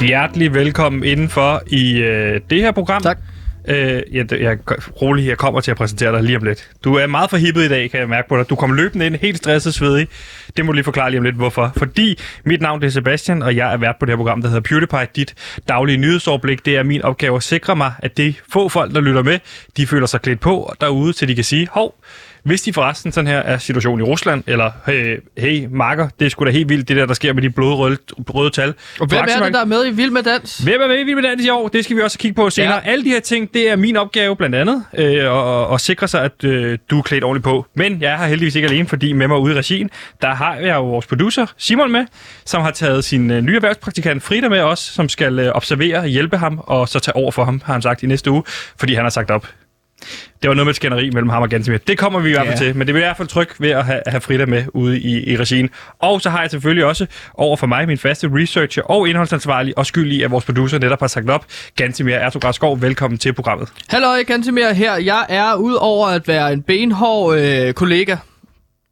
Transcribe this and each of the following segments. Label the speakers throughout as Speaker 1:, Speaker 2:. Speaker 1: hjertelig velkommen indenfor i øh, det her program.
Speaker 2: Tak.
Speaker 1: Øh, jeg, jeg, rolig, jeg kommer til at præsentere dig lige om lidt. Du er meget for hippet i dag, kan jeg mærke på dig. Du kom løbende ind, helt stresset svedig. Det må du lige forklare lige om lidt, hvorfor. Fordi mit navn det er Sebastian, og jeg er vært på det her program, der hedder PewDiePie. Dit daglige nyhedsoverblik, det er min opgave at sikre mig, at det få folk, der lytter med, de føler sig klædt på derude, til de kan sige, hov, hvis de forresten sådan her er situationen i Rusland, eller hey, hey marker, det er sgu da helt vildt, det der, der sker med de blodrøde røde tal.
Speaker 2: Og hvem er det, der er med i Vild med Dans?
Speaker 1: Hvem er med i Vild med Dans i år? Det skal vi også kigge på senere. Ja. Alle de her ting, det er min opgave blandt andet, øh, og, og sikre sig, at øh, du er klædt ordentligt på. Men jeg er her heldigvis ikke alene, fordi med mig ude i regien, der har jeg jo vores producer, Simon, med, som har taget sin øh, nye erhvervspraktikant Frida med os, som skal øh, observere, hjælpe ham, og så tage over for ham, har han sagt i næste uge, fordi han har sagt op. Det var noget med et skænderi mellem ham og Gantemir. Det kommer vi i hvert fald til, men det vil i hvert fald tryk ved at have, have Frida med ude i, i regien. Og så har jeg selvfølgelig også over for mig min faste researcher og indholdsansvarlig og skyldig, at vores producer netop har sagt op. Gantemir Ertogras Skov, velkommen til programmet.
Speaker 2: Hallo, Kantemir her. Jeg er udover at være en benhård øh, kollega,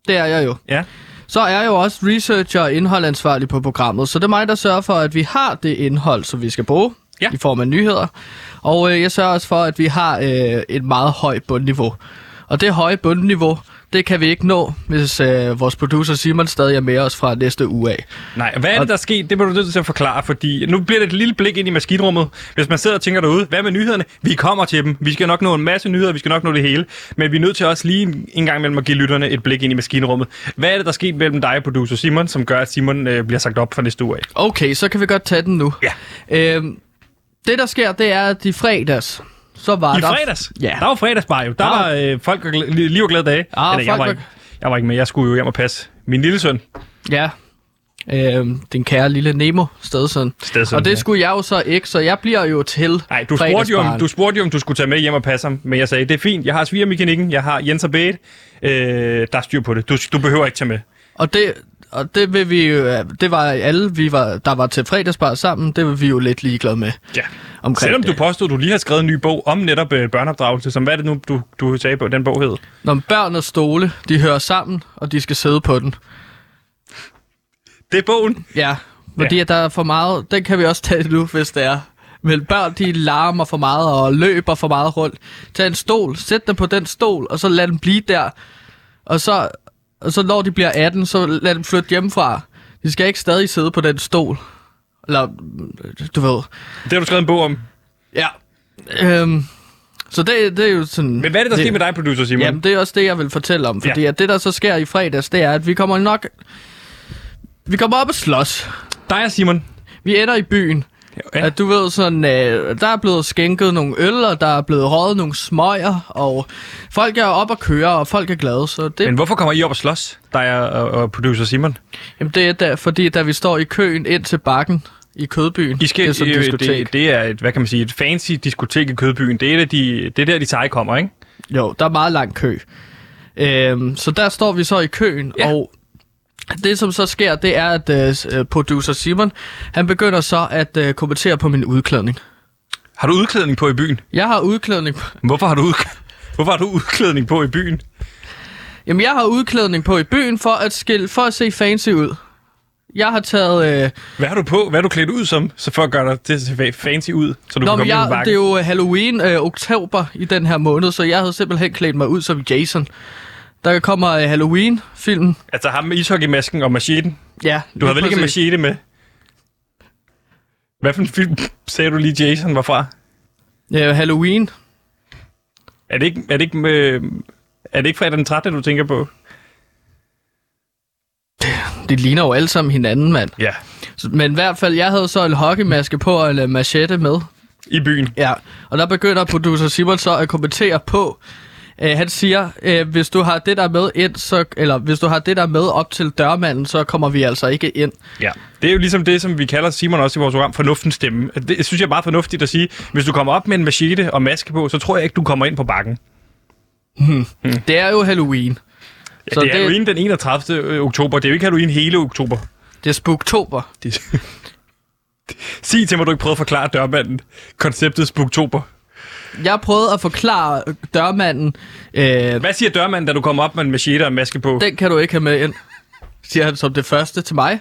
Speaker 2: det er jeg jo,
Speaker 1: Ja,
Speaker 2: så er jeg jo også researcher og indholdansvarlig på programmet. Så det er mig, der sørger for, at vi har det indhold, som vi skal bruge
Speaker 1: Ja.
Speaker 2: i form af nyheder. Og øh, jeg sørger også for, at vi har øh, et meget højt bundniveau. Og det høje bundniveau, det kan vi ikke nå, hvis øh, vores producer Simon stadig er med os fra næste uge af.
Speaker 1: nej. Hvad er det, der er sket? Det må du nødt til at forklare, fordi nu bliver det et lille blik ind i maskinrummet. Hvis man sidder og tænker derude, hvad med nyhederne? Vi kommer til dem. Vi skal nok nå en masse nyheder, vi skal nok nå det hele. Men vi er nødt til også lige en- en gang imellem at give lytterne et blik ind i maskinrummet. Hvad er det, der er sket mellem dig og producer Simon, som gør, at Simon øh, bliver sagt op fra næste uge af?
Speaker 2: Okay, så kan vi godt tage den nu.
Speaker 1: Ja.
Speaker 2: Øhm, det, der sker, det er, at i fredags, så var
Speaker 1: I
Speaker 2: der...
Speaker 1: fredags?
Speaker 2: Ja.
Speaker 1: Der var fredagsbar jo. Der
Speaker 2: Der
Speaker 1: var øh, folk og glæ- li- liv og glade dage.
Speaker 2: Ah,
Speaker 1: jeg,
Speaker 2: folk
Speaker 1: var
Speaker 2: var-
Speaker 1: ikke, jeg var ikke med. Jeg skulle jo hjem og passe min lille søn.
Speaker 2: Ja. Øhm, den kære lille Nemo, stedsøn.
Speaker 1: Stedsøn,
Speaker 2: Og det
Speaker 1: ja.
Speaker 2: skulle jeg jo så ikke, så jeg bliver jo til
Speaker 1: Nej, du spurgte, jo, om,
Speaker 2: fredagsbaren.
Speaker 1: du spurgte jo, om du skulle tage med hjem og passe ham. Men jeg sagde, det er fint. Jeg har svigermekanikken. Jeg har Jens og Bette. Øh, der er styr på det. Du, du behøver ikke tage med.
Speaker 2: Og det, og det vil vi jo, det var alle, vi var, der var til fredagsbar sammen, det var vi jo lidt ligeglade med.
Speaker 1: Ja.
Speaker 2: Omkring
Speaker 1: Selvom
Speaker 2: det.
Speaker 1: du påstod, du lige har skrevet en ny bog om netop øh, børneopdragelse, som hvad er det nu, du, du sagde på den bog hed?
Speaker 2: Når børn og stole, de hører sammen, og de skal sidde på den.
Speaker 1: Det er bogen.
Speaker 2: Ja, fordi
Speaker 1: Ja.
Speaker 2: ja. At der er for meget, den kan vi også tage nu, hvis det er. Men børn, de larmer for meget og løber for meget rundt. Tag en stol, sæt dem på den stol, og så lad dem blive der. Og så, og så når de bliver 18, så lad dem flytte hjemmefra. De skal ikke stadig sidde på den stol. Eller, du ved.
Speaker 1: Det har du skrevet en bog om.
Speaker 2: Ja. Øhm, så det, det er jo sådan...
Speaker 1: Men hvad er det, der sker med dig, producer Simon?
Speaker 2: Jamen, det er også det, jeg vil fortælle om. Fordi
Speaker 1: Ja.
Speaker 2: ja. at det, der så sker i fredags, det er, at vi kommer nok... Vi kommer op og slås.
Speaker 1: Dig og Simon.
Speaker 2: Vi ender i byen.
Speaker 1: Ja.
Speaker 2: Ja. At du ved sådan, øh, der er blevet skænket nogle øl, og der er blevet røget nogle smøger, og folk er op og køre, og folk er glade, så det,
Speaker 1: Men
Speaker 2: Men...
Speaker 1: hvorfor kommer I op og slås, dig og, og- og producer Simon?
Speaker 2: jamen, det er der, fordi da vi står i køen ind til bakken i Kødbyen,
Speaker 1: I skal, øh,
Speaker 2: det er sådan et diskotek.
Speaker 1: Det, det er et, hvad kan man sige, et fancy diskotek i Kødbyen. Det er, et af de, det er der, de seje kommer, ikke?
Speaker 2: Jo, der er meget lang kø. Øhm, så der står vi så i køen,
Speaker 1: Ja.
Speaker 2: ja. og det som så sker, det er, at øh, s- øh, producer Simon, han begynder så at øh, kommentere på min udklædning.
Speaker 1: Har du udklædning på i byen?
Speaker 2: Jeg har udklædning på,
Speaker 1: Hvorfor har du, ud, hvorfor har du udklædning på i byen?
Speaker 2: Jamen, jeg har udklædning på i byen for at skille, for at se fancy ud. Jeg har taget... Øh,
Speaker 1: Hvad har du på? Hvad er du klædt ud som? Så for at gøre dig det ser fa- fancy ud, så du
Speaker 2: nå,
Speaker 1: kan
Speaker 2: men
Speaker 1: komme jeg,
Speaker 2: jeg,
Speaker 1: ind
Speaker 2: det er
Speaker 1: i
Speaker 2: jo Halloween, øh, oktober i den her måned, så jeg havde simpelthen klædt mig ud som Jason. Der kommer øh, Halloween-filmen.
Speaker 1: Altså ham med ishockeymasken og macheten.
Speaker 2: Ja,
Speaker 1: Du
Speaker 2: lige
Speaker 1: havde vel ikke en
Speaker 2: præcis.
Speaker 1: machete med? Hvad for en film sagde du lige, Jason var fra?
Speaker 2: Øh, Halloween.
Speaker 1: Er det ikke, er det ikke, øh, er det ikke fredag den 13., du tænker på?
Speaker 2: Det ligner jo alle sammen hinanden, mand.
Speaker 1: Ja.
Speaker 2: Så- Men i hvert fald, jeg havde så en hockeymaske på og en øh, machette med.
Speaker 1: I byen.
Speaker 2: Ja, og der begynder producer Simon så at kommentere på. Øh, han siger, øh, hvis du har det der med ind, så, eller hvis du har det der med op til dørmanden, så kommer vi altså ikke ind.
Speaker 1: Ja, det er jo ligesom det, som vi kalder Simon også i vores program, fornuftens stemme. Det synes jeg er meget fornuftigt at sige. Hvis du kommer op med en machete og maske på, så tror jeg ikke, du kommer ind på bakken.
Speaker 2: Det er jo Halloween.
Speaker 1: Ja, det er Halloween den 31. oktober. Det er jo ikke Halloween hele oktober.
Speaker 2: det er spuktober.
Speaker 1: Det... Sig til mig, du ikke prøvede at forklare dørmanden konceptet spuktober.
Speaker 2: Jeg prøvede at forklare dørmanden, øh,
Speaker 1: Hvad siger dørmanden, da du kommer op med en machete og en maske på? Det...
Speaker 2: den kan du ikke have med ind, siger han som det første til mig.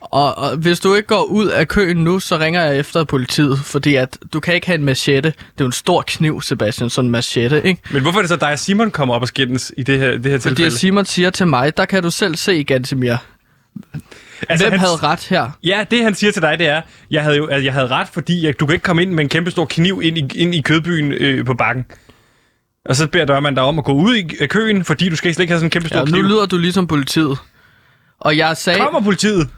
Speaker 2: Og, og hvis du ikke går ud af køen nu, så ringer jeg efter politiet, fordi at du kan ikke have en machete. Det er jo en stor kniv, Sebastian, sådan en machete, ikke?
Speaker 1: Men hvorfor er det så dig og Simon kommer op og skændes i det her, det her
Speaker 2: Fordi
Speaker 1: tilfælde?
Speaker 2: at Simon siger til mig, der kan du selv se, Gantemir. Altså, Hvem
Speaker 1: han-
Speaker 2: havde ret her?
Speaker 1: Ja, det han siger til dig, det er, jeg havde jo, altså, jeg havde ret, fordi jeg, du kan ikke komme ind med en kæmpe stor kniv ind i, ind i kødbyen øh, på bakken. Og så beder dørmanden dig om at gå ud i af køen, fordi du skal slet ikke have sådan en kæmpe stor
Speaker 2: Ja,
Speaker 1: ja,
Speaker 2: nu
Speaker 1: kniv.
Speaker 2: lyder du ligesom politiet. Og jeg sagde...
Speaker 1: Kommer politiet?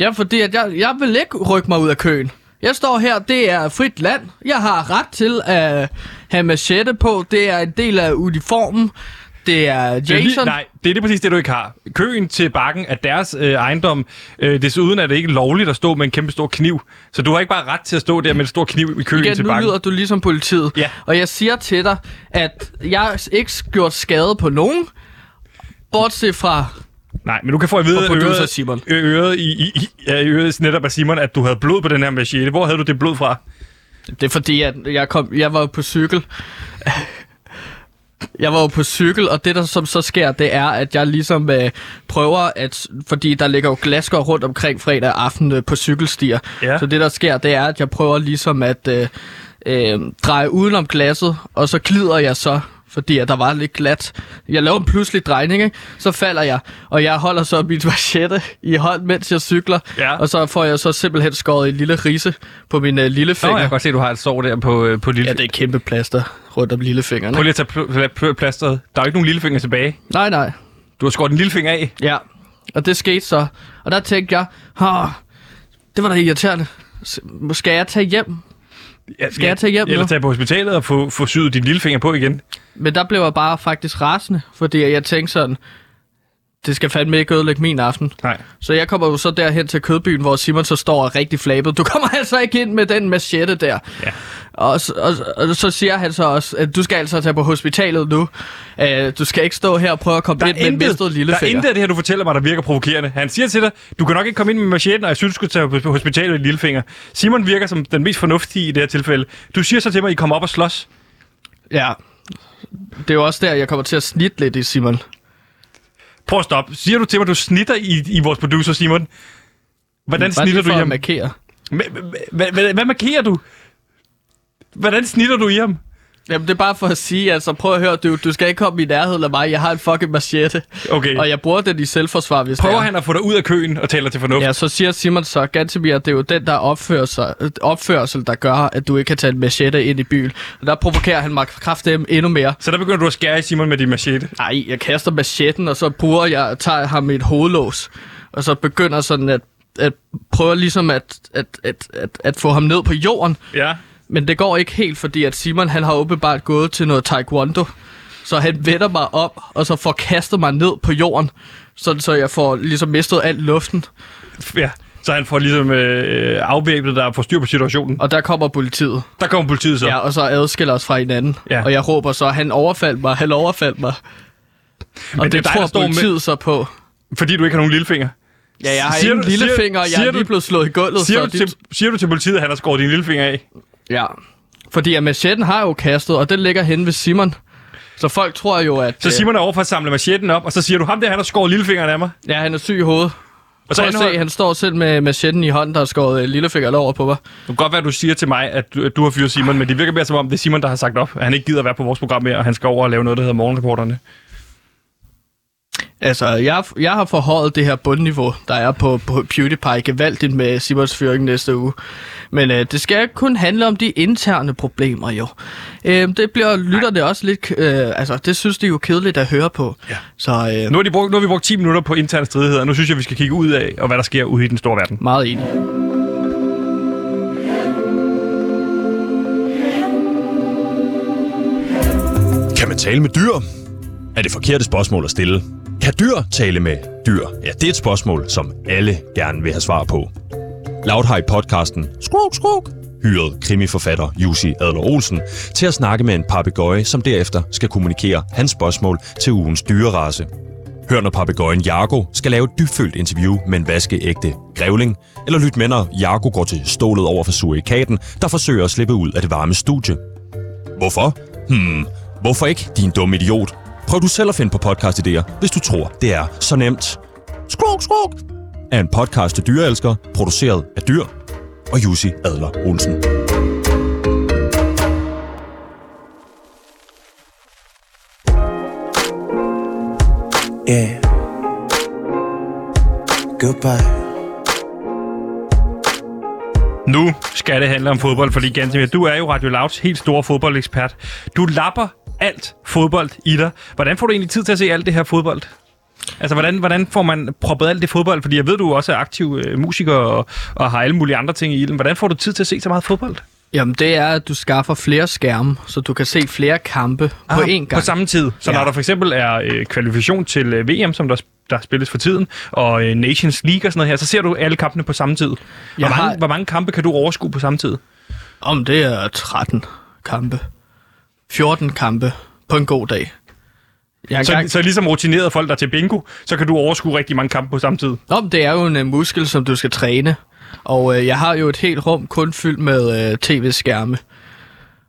Speaker 2: Ja, fordi at jeg, jeg vil ikke rykke mig ud af køen. Jeg står her, det er frit land. Jeg har ret til at have machete på. Det er en del af uniformen. Det er
Speaker 1: Det er Øh, lige,
Speaker 2: Jason.
Speaker 1: nej, det er lige præcis det, du ikke har. Køen til bakken er deres øh, ejendom. Øh, desuden er det ikke lovligt at stå med en kæmpe stor kniv. Så du har ikke bare ret til at stå der med en stor kniv i køen
Speaker 2: Igen,
Speaker 1: til
Speaker 2: nu
Speaker 1: bakken.
Speaker 2: lyder du ligesom politiet.
Speaker 1: Ja.
Speaker 2: Og jeg siger til dig, at jeg har ikke gjort skade på nogen. Bortset fra...
Speaker 1: Nej, men du kan få at vide
Speaker 2: Og
Speaker 1: af
Speaker 2: producer
Speaker 1: øret,
Speaker 2: Simon.
Speaker 1: ø- øret, i, i, i, ja, i øret netop af Simon, at du havde blod på den her machete. Hvor havde du det blod fra?
Speaker 2: Det er fordi, at jeg, kom, jeg var jo på cykel. Jeg var jo på cykel, og det, der som så sker, det er, at jeg ligesom øh, prøver at... Fordi der ligger jo glasker rundt omkring fredag aften øh, på cykelstier.
Speaker 1: Ja.
Speaker 2: Så det, der sker, det er, at jeg prøver ligesom at øh, øh, dreje udenom glasset, og så glider jeg så fordi at der var lidt glat. Jeg laver en pludselig drejning, ikke? så falder jeg, og jeg holder så mit machete i hånd, mens jeg cykler,
Speaker 1: Ja.
Speaker 2: og så får jeg så simpelthen skåret en lille rise på min øh, lille
Speaker 1: Nå,
Speaker 2: finger.
Speaker 1: jeg kan godt se, at du har et sår der på, øh, på lille...
Speaker 2: Ja, det er kæmpe plaster rundt om lillefingeren.
Speaker 1: Prøv
Speaker 2: ikke?
Speaker 1: lige at tage pl- pl- pl- plasteret. Der er jo ikke nogen lillefinger tilbage.
Speaker 2: Nej, nej.
Speaker 1: Du har skåret en lillefinger af.
Speaker 2: Ja. Og det skete så. Og der tænkte jeg, Åh, det var da irriterende. S- Skal jeg tage hjem?
Speaker 1: Ja,
Speaker 2: Skal jeg tage hjem
Speaker 1: Eller
Speaker 2: nu?
Speaker 1: tage på hospitalet og få, få syet din lillefinger på igen.
Speaker 2: Men der blev jeg bare faktisk rasende, fordi jeg tænkte sådan, det skal fandme ikke ødelægge min aften.
Speaker 1: Nej.
Speaker 2: Så jeg kommer jo så derhen til kødbyen, hvor Simon så står og er rigtig flabet. Du kommer altså ikke ind med den machete der.
Speaker 1: Ja.
Speaker 2: Og, så- og, og så siger han så også, at du skal altså tage på hospitalet nu. Øh, du skal ikke stå her og prøve at komme
Speaker 1: Der
Speaker 2: ind med
Speaker 1: er,
Speaker 2: en
Speaker 1: intet,
Speaker 2: mistet
Speaker 1: der er
Speaker 2: lillefinger.
Speaker 1: intet af det her, du fortæller mig, der virker provokerende. Han siger til dig, du kan nok ikke komme ind med machetten, og jeg synes, du skal tage på på hospitalet i lillefinger. Simon virker som den mest fornuftige i det her tilfælde. Du siger så til mig, I kommer op og slås.
Speaker 2: Ja. Det er jo også der, jeg kommer til at snitte lidt i Simon.
Speaker 1: Prøv at stoppe. Siger du til mig, du snitter i, i vores producer, Simon? Hvordan
Speaker 2: Bare lige
Speaker 1: snitter
Speaker 2: for
Speaker 1: du i
Speaker 2: at
Speaker 1: ham?
Speaker 2: markere.
Speaker 1: Hva- hva- hva- hva- Hvad markerer du? Hvordan snitter du i ham?
Speaker 2: Jamen, det er bare for at sige, altså prøv at høre, du, du skal ikke komme i nærheden af mig. Jeg har en fucking machete.
Speaker 1: Okay.
Speaker 2: Og jeg bruger den i selvforsvar, hvis det
Speaker 1: Prøver
Speaker 2: er.
Speaker 1: han at få dig ud af køen og taler til fornuft?
Speaker 2: Ja, så siger Simon så, Gantemir, det er jo den der opfører sig, øh, opførsel, der gør, at du ikke kan tage en machete ind i byen. Og der provokerer han mig kraftedeme endnu mere.
Speaker 1: Så der begynder du at skære i Simon med din machete.
Speaker 2: Nej, jeg kaster machetten, og så bruger jeg, tager ham i et hovedlås. Og så begynder sådan at, at prøve ligesom at, at, at, at, at få ham ned på jorden.
Speaker 1: Ja.
Speaker 2: Men det går ikke helt, fordi at Simon han har åbenbart gået til noget taekwondo. Så han vender mig om, og så får kastet mig ned på jorden. Sådan så jeg får ligesom mistet alt luften.
Speaker 1: ja. Så han får ligesom øh, afvæbnet dig og får styr på situationen. Og
Speaker 2: Og der kommer politiet.
Speaker 1: der kommer politiet så.
Speaker 2: Ja, og så adskiller os fra hinanden.
Speaker 1: Ja.
Speaker 2: Og jeg råber så, han overfaldt mig, han overfaldt mig. Og
Speaker 1: Men
Speaker 2: det,
Speaker 1: det er
Speaker 2: det
Speaker 1: dig, der
Speaker 2: tror
Speaker 1: står med-
Speaker 2: politiet så på.
Speaker 1: Fordi du ikke har nogen lillefinger.
Speaker 2: Ja, jeg har
Speaker 1: Siger
Speaker 2: ingen
Speaker 1: du-
Speaker 2: lillefinger, og
Speaker 1: siger-
Speaker 2: jeg er
Speaker 1: siger
Speaker 2: lige
Speaker 1: du-
Speaker 2: blevet slået i gulvet.
Speaker 1: Siger
Speaker 2: så
Speaker 1: du,
Speaker 2: de-
Speaker 1: til, siger du til politiet, at han har skåret din lillefinger af?
Speaker 2: Ja. Fordi at machetten har jo kastet, og den ligger henne ved Simon. Så folk tror jo, at...
Speaker 1: Så
Speaker 2: øh,
Speaker 1: Simon er over for at samle machetten op, og så siger du, ham der, han har skåret lillefingeren af mig.
Speaker 2: Ja, han er syg i hovedet.
Speaker 1: Og så
Speaker 2: Prøv at se,
Speaker 1: anholder...
Speaker 2: han står selv med machetten i hånden, der har skåret øh, lillefingeren over på mig.
Speaker 1: Det kan godt være, at du siger til mig, at du, at du har fyret Simon, men det virker mere som om, det er Simon, der har sagt op, at han ikke gider at være på vores program mere, og han skal over og lave noget, der hedder Morgenreporterne.
Speaker 2: Altså, jeg, jeg har forhøjet det her bundniveau, der er på, på PewDiePie gevaldigt med Simons fyring næste uge. Men øh, det skal ikke kun handle om de interne problemer, jo. Øh, det bliver lytterne også lidt... Øh, altså, det synes de jo kedeligt at høre på.
Speaker 1: Ja.
Speaker 2: Så øh,
Speaker 1: Nu har, de brugt, nu har vi brugt 10 minutter på interne stridigheder, og nu synes jeg, vi skal kigge ud af, og hvad der sker ude i den store verden.
Speaker 2: meget enig.
Speaker 3: Kan man tale med dyr? Er det forkerte spørgsmål at stille? Kan dyr tale med dyr? Ja, det er et spørgsmål, som alle gerne vil have svar på. Loud har i podcasten Skruk Skruk hyret krimiforfatter Jussi Adler Olsen til at snakke med en papegøje, som derefter skal kommunikere hans spørgsmål til ugens dyrerace. Hør, når papegøjen Jago skal lave et dybfølt interview med en vaskeægte grævling, eller lyt med, når Jago går til stålet over for surikaten, der forsøger at slippe ud af det varme studie. Hvorfor? Hmm, hvorfor ikke, din dumme idiot? Prøv du selv at finde på podcast-idéer, hvis du tror, det er så nemt. Skruk, skruk! er en podcast til dyreelskere, produceret af Dyr og Jussi Adler Olsen.
Speaker 4: Yeah. Goodbye.
Speaker 1: Nu skal det handle om fodbold, fordi Gantemir, du er jo Radio Louds helt store fodboldekspert. Du lapper alt fodbold i dig. Hvordan får du egentlig tid til at se alt det her fodbold? Altså, hvordan, hvordan får man proppet alt det fodbold? Fordi jeg ved, du også er aktiv øh, musiker og, og har alle mulige andre ting i ilden. Hvordan får du tid til at se så meget fodbold?
Speaker 2: Jamen, det er, at du skaffer flere skærme, så du kan se flere kampe ah, på én gang.
Speaker 1: På samme tid. Så ja.
Speaker 2: Ja.
Speaker 1: når der for eksempel er øh, kvalifikation til øh, VM, som der, sp- der spilles for tiden, og øh, Nations League og sådan noget her, så ser du alle kampene på samme tid. Hvor,
Speaker 2: Jeg
Speaker 1: mange,
Speaker 2: har-
Speaker 1: hvor mange kampe kan du overskue på samme tid?
Speaker 2: Om det er 13 kampe. 14 kampe på en god dag. Jeg er
Speaker 1: Så,
Speaker 2: engang...
Speaker 1: så ligesom rutinerede folk, der er til bingo, så kan du overskue rigtig mange kampe på samme tid.
Speaker 2: Om det er jo en uh, muskel, som du skal træne. Og øh, jeg har jo et helt rum kun fyldt med øh, tv-skærme.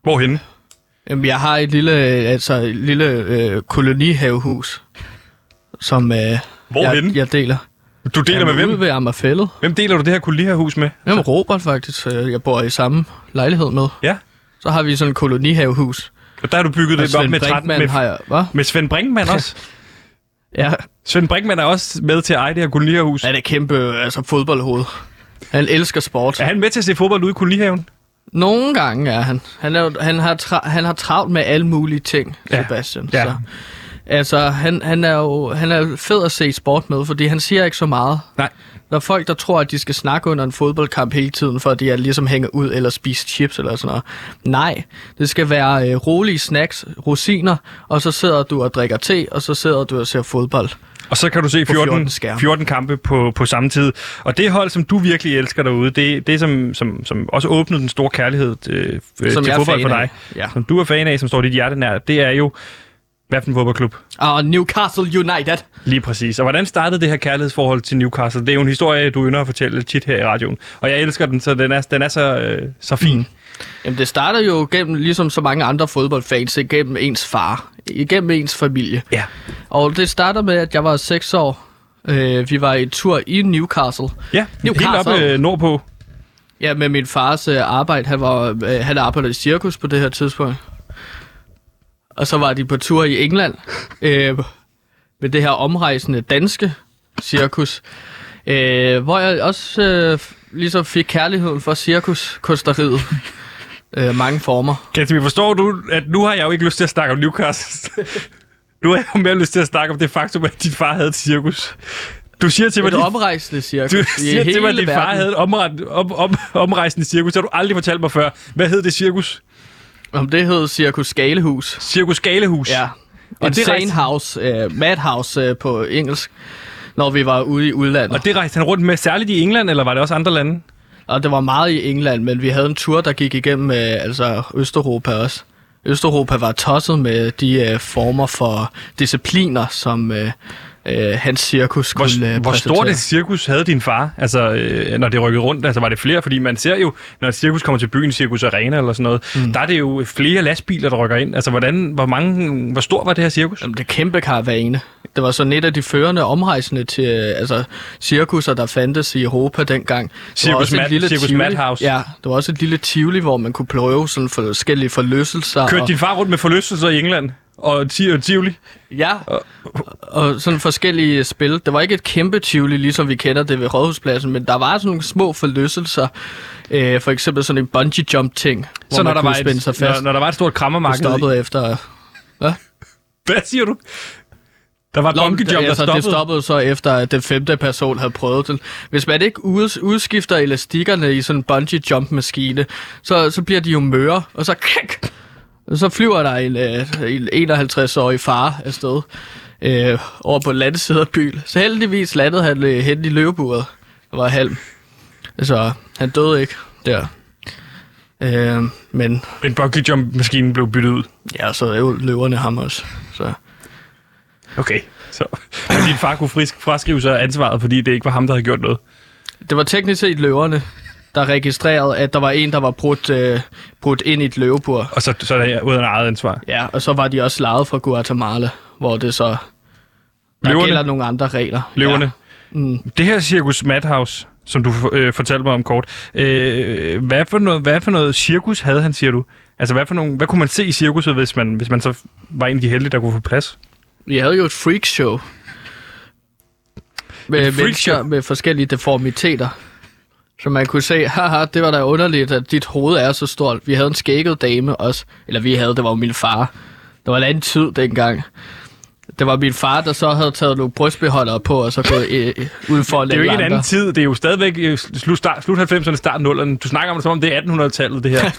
Speaker 1: Hvorhenne?
Speaker 2: Jamen, jeg har et lille, øh, altså, et lille øh, kolonihavehus, som øh, jeg,
Speaker 1: Hvorhenne?
Speaker 2: jeg deler.
Speaker 1: Du deler med
Speaker 2: Jamen, Ude
Speaker 1: hvem?
Speaker 2: ved Amagerfællet.
Speaker 1: Hvem deler du det her kolonihærhus med?
Speaker 2: Jamen, Robert faktisk, øh, jeg bor i samme lejlighed med.
Speaker 1: Ja.
Speaker 2: Så har vi sådan et kolonihavehus.
Speaker 1: Og der har du bygget
Speaker 2: Og
Speaker 1: det op
Speaker 2: Svend
Speaker 1: med, 13,
Speaker 2: Brinkmann
Speaker 1: med,
Speaker 2: har jeg, hva?
Speaker 1: med Svend Brinkmann også.
Speaker 2: Ja,
Speaker 1: Svend Brinkmann er også med til at eje det her kolonihærhus.
Speaker 2: han er kæmpe øh, altså, fodboldhoved. Han elsker sport.
Speaker 1: Er han med til at se fodbold ude i kolonihaven?
Speaker 2: Nogle gange er han. Han, er, jo- han, har, tra- han har travlt med alle mulige ting,
Speaker 1: Ja,
Speaker 2: Sebastian.
Speaker 1: ja.
Speaker 2: Så, altså, han, han er jo han er fed at se sport med, fordi han siger ikke så meget.
Speaker 1: Nej.
Speaker 2: Der er folk, der tror, at de skal snakke under en fodboldkamp hele tiden, for at de er ligesom hænger ud eller spiser chips eller sådan noget. Nej, det skal være øh, rolige snacks, rosiner, og så sidder du og drikker te, og så sidder du og ser fodbold.
Speaker 1: Og så kan du se 14,
Speaker 2: 14
Speaker 1: 14,
Speaker 2: skærme.
Speaker 1: 14 kampe på, på samme tid. Og det hold, som du virkelig elsker derude, det, det som, som, som også åbnede den store kærlighed øh, øh,
Speaker 2: Som
Speaker 1: til
Speaker 2: jeg er
Speaker 1: fodbold
Speaker 2: fan
Speaker 1: for dig,
Speaker 2: af. Ja.
Speaker 1: som du er fan af, som står dit hjerte nær, det er jo, hvad for en fodboldklub?
Speaker 2: Og Newcastle United.
Speaker 1: Lige præcis. Og hvordan startede det her kærlighedsforhold til Newcastle? Det er jo en historie, du ynder at fortælle tit her i radioen. Og jeg elsker den, så den er, den er så, øh, så fin. Mm.
Speaker 2: Jamen, det starter jo gennem, ligesom så mange andre fodboldfans, gennem ens far, gennem ens familie.
Speaker 1: Ja.
Speaker 2: Og det starter med, at jeg var 6 år. Øh, vi var i en tur i Newcastle.
Speaker 1: Ja, helt
Speaker 2: Newcastle.
Speaker 1: op øh, nordpå.
Speaker 2: Ja, med min fars øh, arbejde. Han, var, øh, han arbejdede i cirkus på det her tidspunkt. Og så var de på tur i England øh, med det her omrejsende danske cirkus. Øh, hvor jeg også øh, ligesom fik kærligheden for cirkuskunsteriet. Øh, mange former.
Speaker 1: Kasimir, forstår du, at nu har jeg jo ikke lyst til at snakke om Newcastle. nu har jeg jo mere lyst til at snakke om det faktum, at din far havde et cirkus. Du siger til mig,
Speaker 2: Et
Speaker 1: at din-
Speaker 2: omrejsende cirkus
Speaker 1: du
Speaker 2: i
Speaker 1: siger til
Speaker 2: hele
Speaker 1: mig, at din far
Speaker 2: verden.
Speaker 1: havde et omret, om, om, omrejsende cirkus. Det har du aldrig fortalt mig før. Hvad hed det cirkus?
Speaker 2: Om det hed Cirkus Skalehus.
Speaker 1: Cirkus Galehus.
Speaker 2: Ja.
Speaker 1: Og
Speaker 2: Og
Speaker 1: det
Speaker 2: Insane
Speaker 1: rejste-
Speaker 2: House, uh, Madhouse uh, på engelsk, når vi var ude i udlandet.
Speaker 1: Og det rejste han rundt med, særligt i England, eller var det også andre lande?
Speaker 2: Og det var meget i England, men vi havde en tur, der gik igennem uh, altså Østeuropa også. Østeuropa var tosset med de uh, former for discipliner, som uh, uh, hans cirkus skulle
Speaker 1: Hvor,
Speaker 2: uh,
Speaker 1: hvor stort et cirkus havde din far, altså, øh, når det rykkede rundt? Altså, var det flere? Fordi man ser jo, når et cirkus kommer til byen, Cirkus Arena eller sådan noget, mm. der er det jo flere lastbiler, der rykker ind. Altså, hvordan, hvor, mange, hvor stor var det her cirkus?
Speaker 2: Jamen, det er kæmpe karavane. Det var sådan et af de førende omrejsende til øh, altså, cirkusser, der fandtes i Europa dengang. Det var
Speaker 1: Cirkus
Speaker 2: også et
Speaker 1: Mad- Cirkus Madhouse.
Speaker 2: Ja, det var også et lille tivoli, hvor man kunne prøve sådan forskellige forlystelser.
Speaker 1: Kørte
Speaker 2: og,
Speaker 1: din far rundt med forlystelser i England? Og Ti- og Tivoli?
Speaker 2: Ja, og, og sådan forskellige spil. Det var ikke et kæmpe tivoli, ligesom vi kender det ved Rådhuspladsen, men der var sådan nogle små forlystelser. Øh, for eksempel sådan en bungee jump ting, hvor man kunne spænde sig
Speaker 1: når,
Speaker 2: fast.
Speaker 1: når der var et stort
Speaker 2: og
Speaker 1: krammermarked... i-
Speaker 2: stoppede efter...
Speaker 1: Hvad siger du? Der var et
Speaker 2: Nå,
Speaker 1: bungee jump, der
Speaker 2: altså,
Speaker 1: stoppede.
Speaker 2: Det stoppede så efter, at den femte person havde prøvet den. Hvis man ikke uds- udskifter elastikkerne i sådan en bungee jump maskine, så, så bliver de jo møre, og så kæk, og så flyver der en, øh, en 51-årig far afsted øh, over på landsiden af byen. Så heldigvis landede han øh, hen i løveburet. Der var halm. Altså, han døde ikke der. Øh, men
Speaker 1: En bungee jump-maskine blev byttet ud.
Speaker 2: ja, så er løverne ham også. Så.
Speaker 1: Okay. Så men din far kunne frisk fraskrive sig ansvaret, fordi det ikke var ham, der havde gjort noget.
Speaker 2: Det var teknisk set løverne, der registrerede, at der var en, der var brudt, øh, brudt ind i et løvebur.
Speaker 1: Og så, så er det uden eget ansvar.
Speaker 2: Ja, og så var de også lejet fra Guatemala, hvor det så... Der
Speaker 1: Løverne?
Speaker 2: gælder nogle andre regler.
Speaker 1: Løverne.
Speaker 2: Ja.
Speaker 1: Mm. Det her cirkus Madhouse, som du øh, fortalte mig om kort, øh, hvad, for noget, hvad for noget cirkus havde han, siger du? Altså, hvad, for nogle, hvad kunne man se i cirkuset, hvis man, hvis man så var en af de heldige, der kunne få plads?
Speaker 2: Vi havde jo et freakshow. Med
Speaker 1: freakshow?
Speaker 2: mennesker med forskellige deformiteter. Så man kunne se, haha, det var da underligt, at dit hoved er så stort. Vi havde en skægget dame også. Eller vi havde, det var jo min far. Det var en anden tid dengang. Det var min far, der så havde taget nogle brystbeholdere på, og så gået øh, øh, ud for at
Speaker 1: Det er jo ikke en
Speaker 2: lave
Speaker 1: anden
Speaker 2: lanker.
Speaker 1: tid. Det er jo stadigvæk øh, slut, start, slut 90'erne, start 0'erne. Du snakker om det, som om det er 1800-tallet, det her.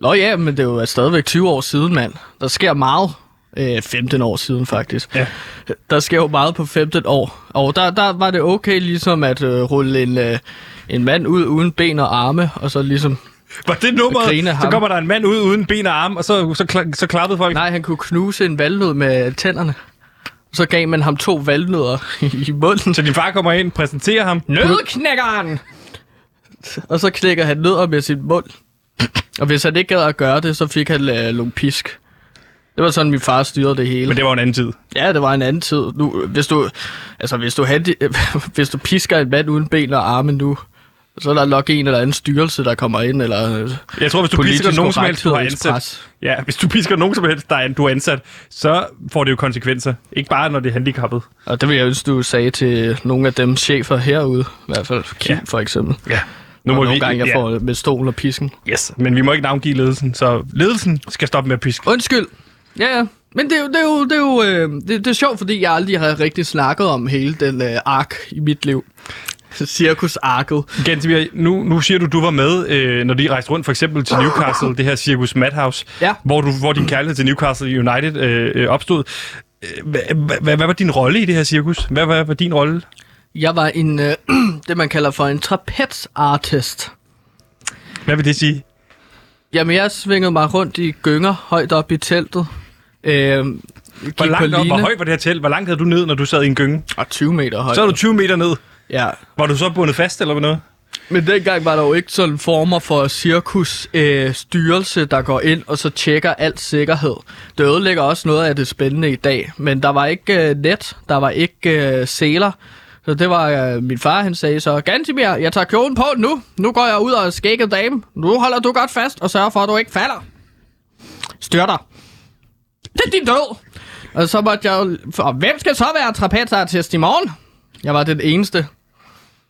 Speaker 2: Nå ja, men det er jo altså, stadigvæk 20 år siden, mand. Der sker meget. Øh, 15 år siden, faktisk.
Speaker 1: Ja.
Speaker 2: Der sker jo meget på 15 år. Og der, der var det okay ligesom at øh, rulle en, øh, en mand ud uden ben og arme, og så ligesom...
Speaker 1: Var det nummeret?
Speaker 2: Grine af
Speaker 1: Så
Speaker 2: ham.
Speaker 1: kommer der en mand ud uden ben og arme, og så, så, kla- så klappede folk.
Speaker 2: Nej, han kunne knuse en valnød med tænderne. Så gav man ham to valnødder i munden.
Speaker 1: Så din far kommer ind, præsenterer ham.
Speaker 2: Nødknækkeren! Og så knækker han nødder med sin mund. Og hvis han ikke gad at gøre det, så fik han øh, nogle pisk. Det var sådan, min far styrede det hele.
Speaker 1: Men det var en anden tid.
Speaker 2: Ja, det var en anden tid. Nu, hvis du, altså, hvis du, handi, hvis du pisker en mand uden ben og arme nu, så er der nok en eller anden styrelse, der kommer ind, eller øh,
Speaker 1: Jeg tror, hvis du
Speaker 2: Politisk
Speaker 1: pisker nogen som helst, du har
Speaker 2: korrekthedens
Speaker 1: ansat,
Speaker 2: pres.
Speaker 1: ja, hvis du pisker nogen som helst, der er, du er ansat, så får det jo konsekvenser. Ikke bare, når det er handicappet.
Speaker 2: og det vil jeg ønske, du sagde til nogle af dem chefer herude, i hvert fald Kim
Speaker 1: Ja.
Speaker 2: ja. for eksempel.
Speaker 1: Ja.
Speaker 2: Nu
Speaker 1: Nu må
Speaker 2: og nogle
Speaker 1: vi,
Speaker 2: gange, jeg
Speaker 1: ja,
Speaker 2: får det med stolen og pisken.
Speaker 1: Yes, men vi må ikke navngive ledelsen, så ledelsen skal stoppe med at piske.
Speaker 2: Undskyld. Ja, ja. Men det er jo, det er jo, det er jo øh, det, det er sjovt, fordi jeg aldrig har rigtig snakket om hele den øh, ark i mit liv. Cirkusarket.
Speaker 1: Gentimer, nu, nu siger du, du var med, øh, når de rejste rundt for eksempel til Newcastle, det her Circus Madhouse,
Speaker 2: Ja.
Speaker 1: hvor, du, hvor din kærlighed til Newcastle United øh, øh, opstod. Øh, Hvad hva, hva, hvad var din rolle i det her cirkus? Hvad hva, var din rolle?
Speaker 2: Jeg var en, øh, det man kalder for en trapezartist.
Speaker 1: Hvad vil det sige?
Speaker 2: Jamen, jeg svingede mig rundt i gynger, højt op i teltet. Øh,
Speaker 1: Hvor, langt op, hvor højt var det her telt? Hvor langt havde du ned, når du sad i en gynge?
Speaker 2: Og 20 Ah, meter højt.
Speaker 1: Så er du 20 meter ned.
Speaker 2: Ja.
Speaker 1: Var du så bundet fast eller noget?
Speaker 2: Men dengang var der jo ikke sådan former for cirkusstyrelse, øh, styrelse, der går ind og så tjekker alt sikkerhed. Det ødelægger også noget af det spændende i dag. Men der var ikke øh, net, der var ikke øh, seler. Så det var øh, min far, han sagde så, Gantimir, jeg tager kjolen på nu. Nu går jeg ud og skægger dame. Nu holder du godt fast og sørger for, at du ikke falder. Styrter. Det er din død. Og så måtte jeg jo... Og hvem skal så være trapezartist i morgen? Jeg var den eneste,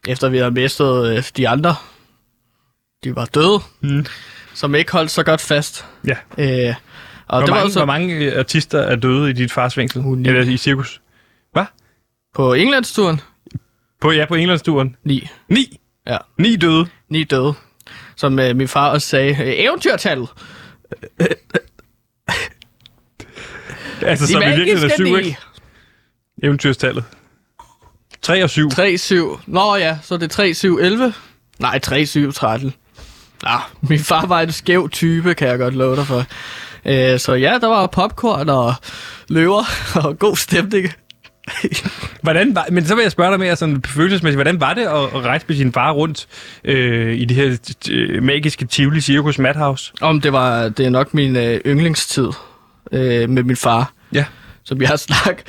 Speaker 2: efter vi havde mistet øh, de andre. De var døde, mm. som ikke holdt så godt fast.
Speaker 1: Ja.
Speaker 2: Øh, og
Speaker 1: Hvor,
Speaker 2: det var altså
Speaker 1: mange,
Speaker 2: jo
Speaker 1: så... hvor
Speaker 2: så
Speaker 1: mange øh, artister er døde i dit fars vinkel?
Speaker 2: Hun-
Speaker 1: Eller i cirkus?
Speaker 2: på Englandsturen.
Speaker 1: På, ja, på Englandsturen.
Speaker 2: Ni.
Speaker 1: Ni!
Speaker 2: Ja.
Speaker 1: Ni døde.
Speaker 2: Ni døde. Som øh, min far også sagde, øh, eventyrtallet.
Speaker 1: Altså,
Speaker 2: De
Speaker 1: som i virkeligheden er
Speaker 2: magiske
Speaker 1: syv,
Speaker 2: ni.
Speaker 1: ikke? Eventyrstallet. 3 og 7.
Speaker 2: 3-7. Nå ja, så er det 3-7-11? Nej, 3-7-13. Ah, min far var en skæv type, kan jeg godt love dig for. Øh, så ja, der var popcorn og løver og god stemning.
Speaker 1: Hvordan var, men så vil jeg spørge dig mere sådan følelsesmæssigt, hvordan var det at, at rejse med sin far rundt øh, i det her øh, magiske Tivoli Cirkus Madhouse?
Speaker 2: Om det var, det er nok min øh, yndlingstid øh, med min far,
Speaker 1: Ja.
Speaker 2: som jeg har snak,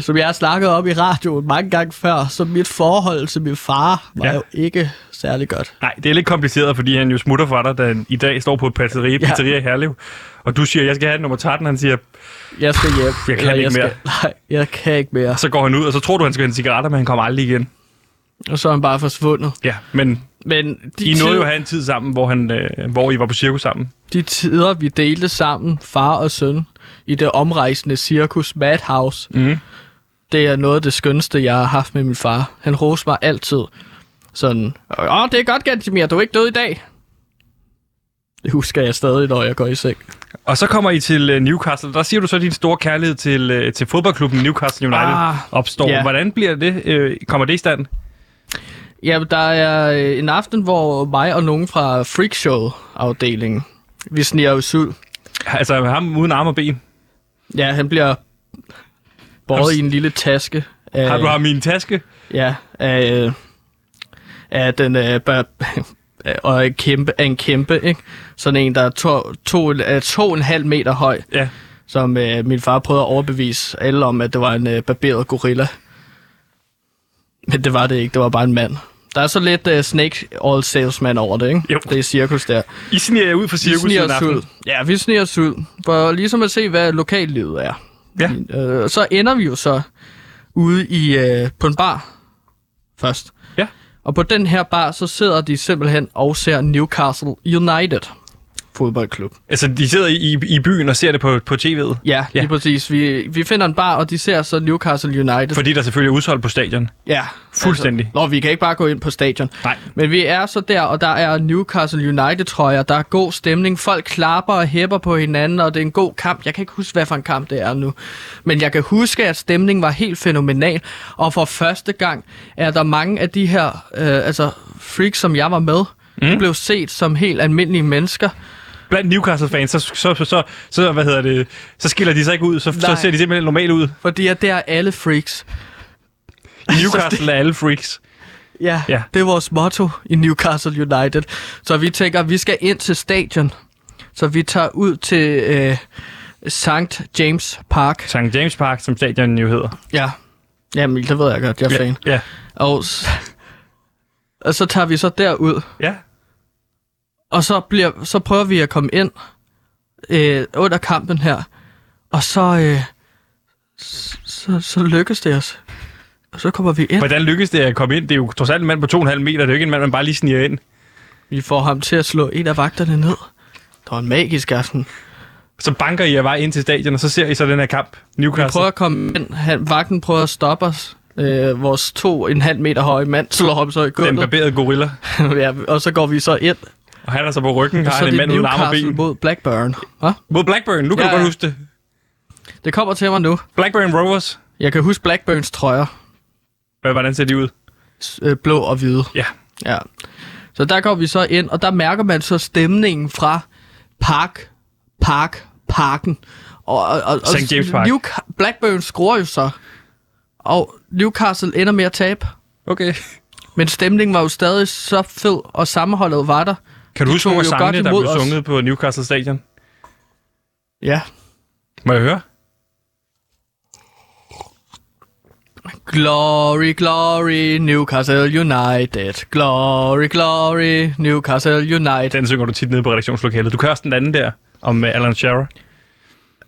Speaker 2: som jeg har snakket om i radioen mange gange før, så mit forhold til min far var
Speaker 1: Ja.
Speaker 2: ja. jo ikke særlig godt.
Speaker 1: Nej, det er lidt kompliceret, fordi han jo smutter fra dig, da han i dag står på et pizzeria, ja. pizzeria i Herlev. Og du siger, jeg skal have nummer 13, han siger,
Speaker 2: Jeg skal hjem.
Speaker 1: Jeg kan
Speaker 2: Eller
Speaker 1: ikke mere.
Speaker 2: Skal, nej, jeg kan ikke mere.
Speaker 1: så går han ud, og så tror du, han skal hente cigaretter, men han kommer aldrig igen.
Speaker 2: Og så er han bare forsvundet.
Speaker 1: Ja, men
Speaker 2: Men de,
Speaker 1: I
Speaker 2: tid,
Speaker 1: nåede jo at have en tid sammen, hvor, han, øh, hvor I var på cirkus sammen.
Speaker 2: de tider, vi delte sammen, far og søn, i det omrejsende cirkus Madhouse,
Speaker 1: Mhm.
Speaker 2: det er noget af det skønste, jeg har haft med min far. Han roste mig altid. Sådan, åh, det er godt, Gantimir, du er ikke død i dag. Det husker jeg stadig, når jeg går i seng.
Speaker 1: Og så kommer I til øh, Newcastle. Der siger du så, at din store kærlighed til, øh, til fodboldklubben Newcastle United ah,
Speaker 2: Ah,
Speaker 1: opstår.
Speaker 2: ja.
Speaker 1: Hvordan bliver det? Øh, kommer det i stand?
Speaker 2: Jamen, der er øh, en aften, hvor mig og nogen fra Freakshow-afdelingen, vi sniger os ud.
Speaker 1: Altså ham uden arme og ben.
Speaker 2: Ja, han bliver
Speaker 1: Har du-
Speaker 2: båret i en lille taske. af-
Speaker 1: Har du ham i en taske?
Speaker 2: Ja, af, øh, af den øh, bør, og en kæmpe, af en kæmpe, ikke? Sådan en, der er to, to, er to og en halv meter høj,
Speaker 1: Ja.
Speaker 2: som øh, min far prøvede at overbevise alle om, at det var en øh, barberet gorilla. Men det var det ikke, det var bare en mand. Der er så lidt uh, Snake All Salesman over det, ikke?
Speaker 1: Jo.
Speaker 2: Det er cirkus der.
Speaker 1: I sniger jer ud fra cirkus
Speaker 2: vi sniger
Speaker 1: i
Speaker 2: os ud.
Speaker 1: aften.
Speaker 2: Ja, vi sniger os ud. For ligesom at se, hvad lokallivet er.
Speaker 1: Ja.
Speaker 2: Øh, så ender vi jo så ude i, øh, på en bar først.
Speaker 1: Ja.
Speaker 2: Og på den her bar, så sidder de simpelthen og ser Newcastle United fodboldklub.
Speaker 1: Altså, de sidder i, i, i byen og ser det på, på tv'et.
Speaker 2: Ja, lige
Speaker 1: Ja.
Speaker 2: præcis. Vi, vi finder en bar, og de ser så Newcastle United.
Speaker 1: Fordi der selvfølgelig er udsolgt på stadion.
Speaker 2: ja,
Speaker 1: fuldstændig.
Speaker 2: Altså, nå, vi kan ikke bare gå ind på stadion.
Speaker 1: Nej.
Speaker 2: Men vi er så der, og der er Newcastle United-trøjer, der er god stemning, folk klapper og hæpper på hinanden, og det er en god kamp. Jeg kan ikke huske, hvad for en kamp det er nu. Men jeg kan huske, at stemningen var helt fænomenal, og for første gang er der mange af de her øh, altså freaks, som jeg var med, mm. blev set som helt almindelige mennesker.
Speaker 1: Blandt Newcastle-fans, så, så, så, så, så, hvad hedder det, så skiller de sig ikke ud, så, så
Speaker 2: Nej.
Speaker 1: ser de simpelthen normalt ud.
Speaker 2: Fordi at det er alle freaks.
Speaker 1: I Newcastle er alle freaks.
Speaker 2: Ja,
Speaker 1: Ja.
Speaker 2: ja, det er vores motto i Newcastle United. Så vi tænker, at vi skal ind til stadion. Så vi tager ud til øh, St. James Park.
Speaker 1: St. James Park, som stadion jo hedder.
Speaker 2: Ja. Jamen, det ved jeg godt, jeg er ja. fan.
Speaker 1: Ja.
Speaker 2: Og, s- og så tager vi så derud,
Speaker 1: ja.
Speaker 2: og så, bliver, så prøver vi at komme ind øh, under kampen her. Og så, øh, s- så, så lykkes det os. Og så kommer vi ind.
Speaker 1: Hvordan lykkedes det at komme ind? Det er jo trods alt en mand på 2,5 meter. Det er jo ikke en mand, man bare lige sniger ind.
Speaker 2: Vi får ham til at slå en af vagterne ned. Det var en magisk aften.
Speaker 1: Så banker I jer vej ind til stadion, og så ser I så den her kamp.
Speaker 2: Vi
Speaker 1: Newcastle.
Speaker 2: prøver at komme ind. Han, vagten prøver at stoppe os. Øh, vores to en halv meter høje mand slår ham så i
Speaker 1: Den
Speaker 2: gulvet.
Speaker 1: barberede gorilla.
Speaker 2: ja, og så går vi så ind.
Speaker 1: Og han er så på ryggen, har
Speaker 2: så
Speaker 1: han
Speaker 2: er
Speaker 1: en
Speaker 2: det
Speaker 1: mand uden arme og
Speaker 2: Newcastle
Speaker 1: ben.
Speaker 2: mod Blackburn. Hva?
Speaker 1: Mod Blackburn, nu kan
Speaker 2: Ja,
Speaker 1: du godt
Speaker 2: ja.
Speaker 1: huske det.
Speaker 2: Det kommer til mig nu.
Speaker 1: Blackburn Rovers.
Speaker 2: Jeg kan huske Blackburns trøjer.
Speaker 1: Hvad- Hvordan ser de ud?
Speaker 2: S- øh, Blå og hvide.
Speaker 1: Ja.
Speaker 2: Ja. Så der går vi så ind, og der mærker man så stemningen fra park, park, parken. Og, og, og, og
Speaker 1: St. James Park.
Speaker 2: New, Blackburn scorer jo så. Og Newcastle ender med at tabe.
Speaker 1: Okay.
Speaker 2: Men stemningen var jo stadig så fed, og sammenholdet var der.
Speaker 1: Kan du
Speaker 2: De
Speaker 1: huske
Speaker 2: tog
Speaker 1: nogle af
Speaker 2: jo godt
Speaker 1: sangene, der
Speaker 2: imod
Speaker 1: blev
Speaker 2: os.
Speaker 1: sunget på Newcastle Stadion?
Speaker 2: Ja.
Speaker 1: Må jeg høre?
Speaker 2: Glory, glory, Newcastle United. Glory, glory, Newcastle United.
Speaker 1: Den synger du tit nede på redaktionslokalet. Du kører også den anden der, om øh, Alan Shearer.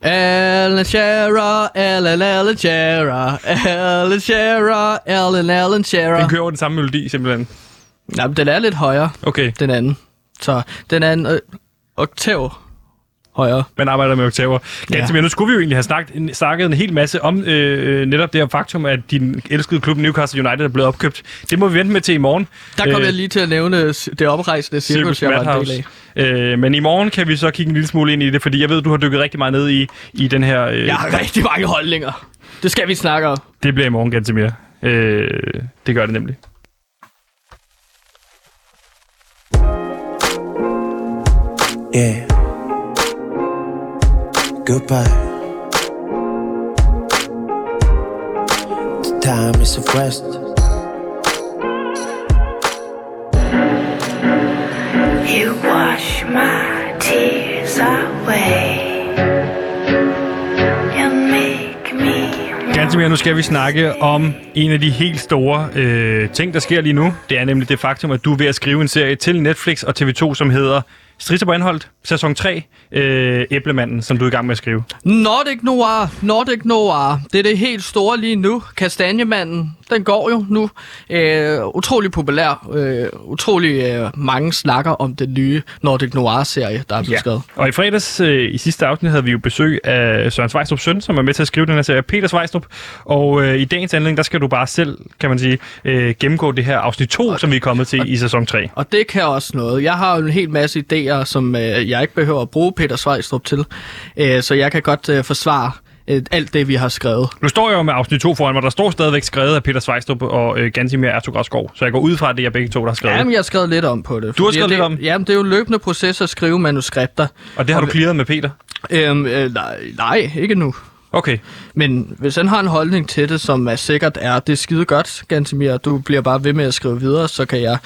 Speaker 2: Alan Shearer, Alan, Alan Shearer, Alan Shearer, Alan, Alan
Speaker 1: Den
Speaker 2: Shearer.
Speaker 1: kører over den samme melodi, simpelthen.
Speaker 2: Nej, men den er lidt højere,
Speaker 1: Okay,
Speaker 2: den anden. Så den er en øh, oktav højere.
Speaker 1: man arbejder med oktaver. Ganske,
Speaker 2: Ja.
Speaker 1: ja. Nu skulle vi jo egentlig have snakket en, snakket en hel masse om øh, øh, netop det her faktum, at din elskede klub Newcastle United er blevet opkøbt. Det må vi vente med til i morgen. Øh,
Speaker 2: Der kom jeg lige til at nævne s- det oprejsende cirkus, jeg var en del af.
Speaker 1: Madhouse. Øh, men i morgen kan vi så kigge en lille smule ind i det, fordi jeg ved, du har dykket rigtig meget ned i, i den her... Øh,
Speaker 2: Jeg har rigtig mange holdninger. Det skal vi snakke om.
Speaker 1: Det bliver i morgen, Gantemir. Øh, det gør det nemlig.
Speaker 4: yeah. Goodbye. The time is of rest.
Speaker 5: You wash my tears away and make me
Speaker 1: Ganske mere, nu skal vi snakke om en af de helt store øh, ting, der sker lige nu. Det er nemlig det faktum, at du er ved at skrive en serie til Netflix og TV2, som hedder Strisser på Anholdt, sæson 3, øh, Æblemanden, som du er i gang med at skrive.
Speaker 2: Nordic Noir, Nordic Noir, det er det helt store lige nu. Kastanjemanden, den går jo nu. Øh, utrolig populær, øh, utrolig øh, mange snakker om den nye Nordic Noir-serie, der er blevet skrevet.
Speaker 1: Og i fredags, øh, i sidste afsnit, havde vi jo besøg af Søren Svejstrup søn, som er med til at skrive den her serie, Peter Svejstrup. Og øh, i dagens anledning, der skal du bare selv, kan man sige, øh, gennemgå det her afsnit 2, som vi er kommet til i sæson 3.
Speaker 2: Og det kan også noget. Jeg har jo en hel masse idéer, som øh, jeg ikke behøver at bruge Peter Svejstrup til, øh, så jeg kan godt øh, forsvare øh, alt det, vi har skrevet.
Speaker 1: Nu står jeg jo med afsnit 2 foran mig, der står stadigvæk skrevet af Peter Svejstrup og øh, Gansimir Ertug Skov, så jeg går ud fra, at det er begge to, der har skrevet.
Speaker 2: Jamen, jeg har skrevet lidt om på det. fordi
Speaker 1: skrevet
Speaker 2: det,
Speaker 1: lidt om?
Speaker 2: Jamen, det er jo en løbende proces at skrive manuskripter.
Speaker 1: Og det har du clearet med Peter?
Speaker 2: Øhm, øh, nej, nej, ikke nu.
Speaker 1: Okay.
Speaker 2: Men hvis han har en holdning til det, som er sikkert er, det er skide godt, Gantemir, du bliver bare ved med at skrive videre, så kan jeg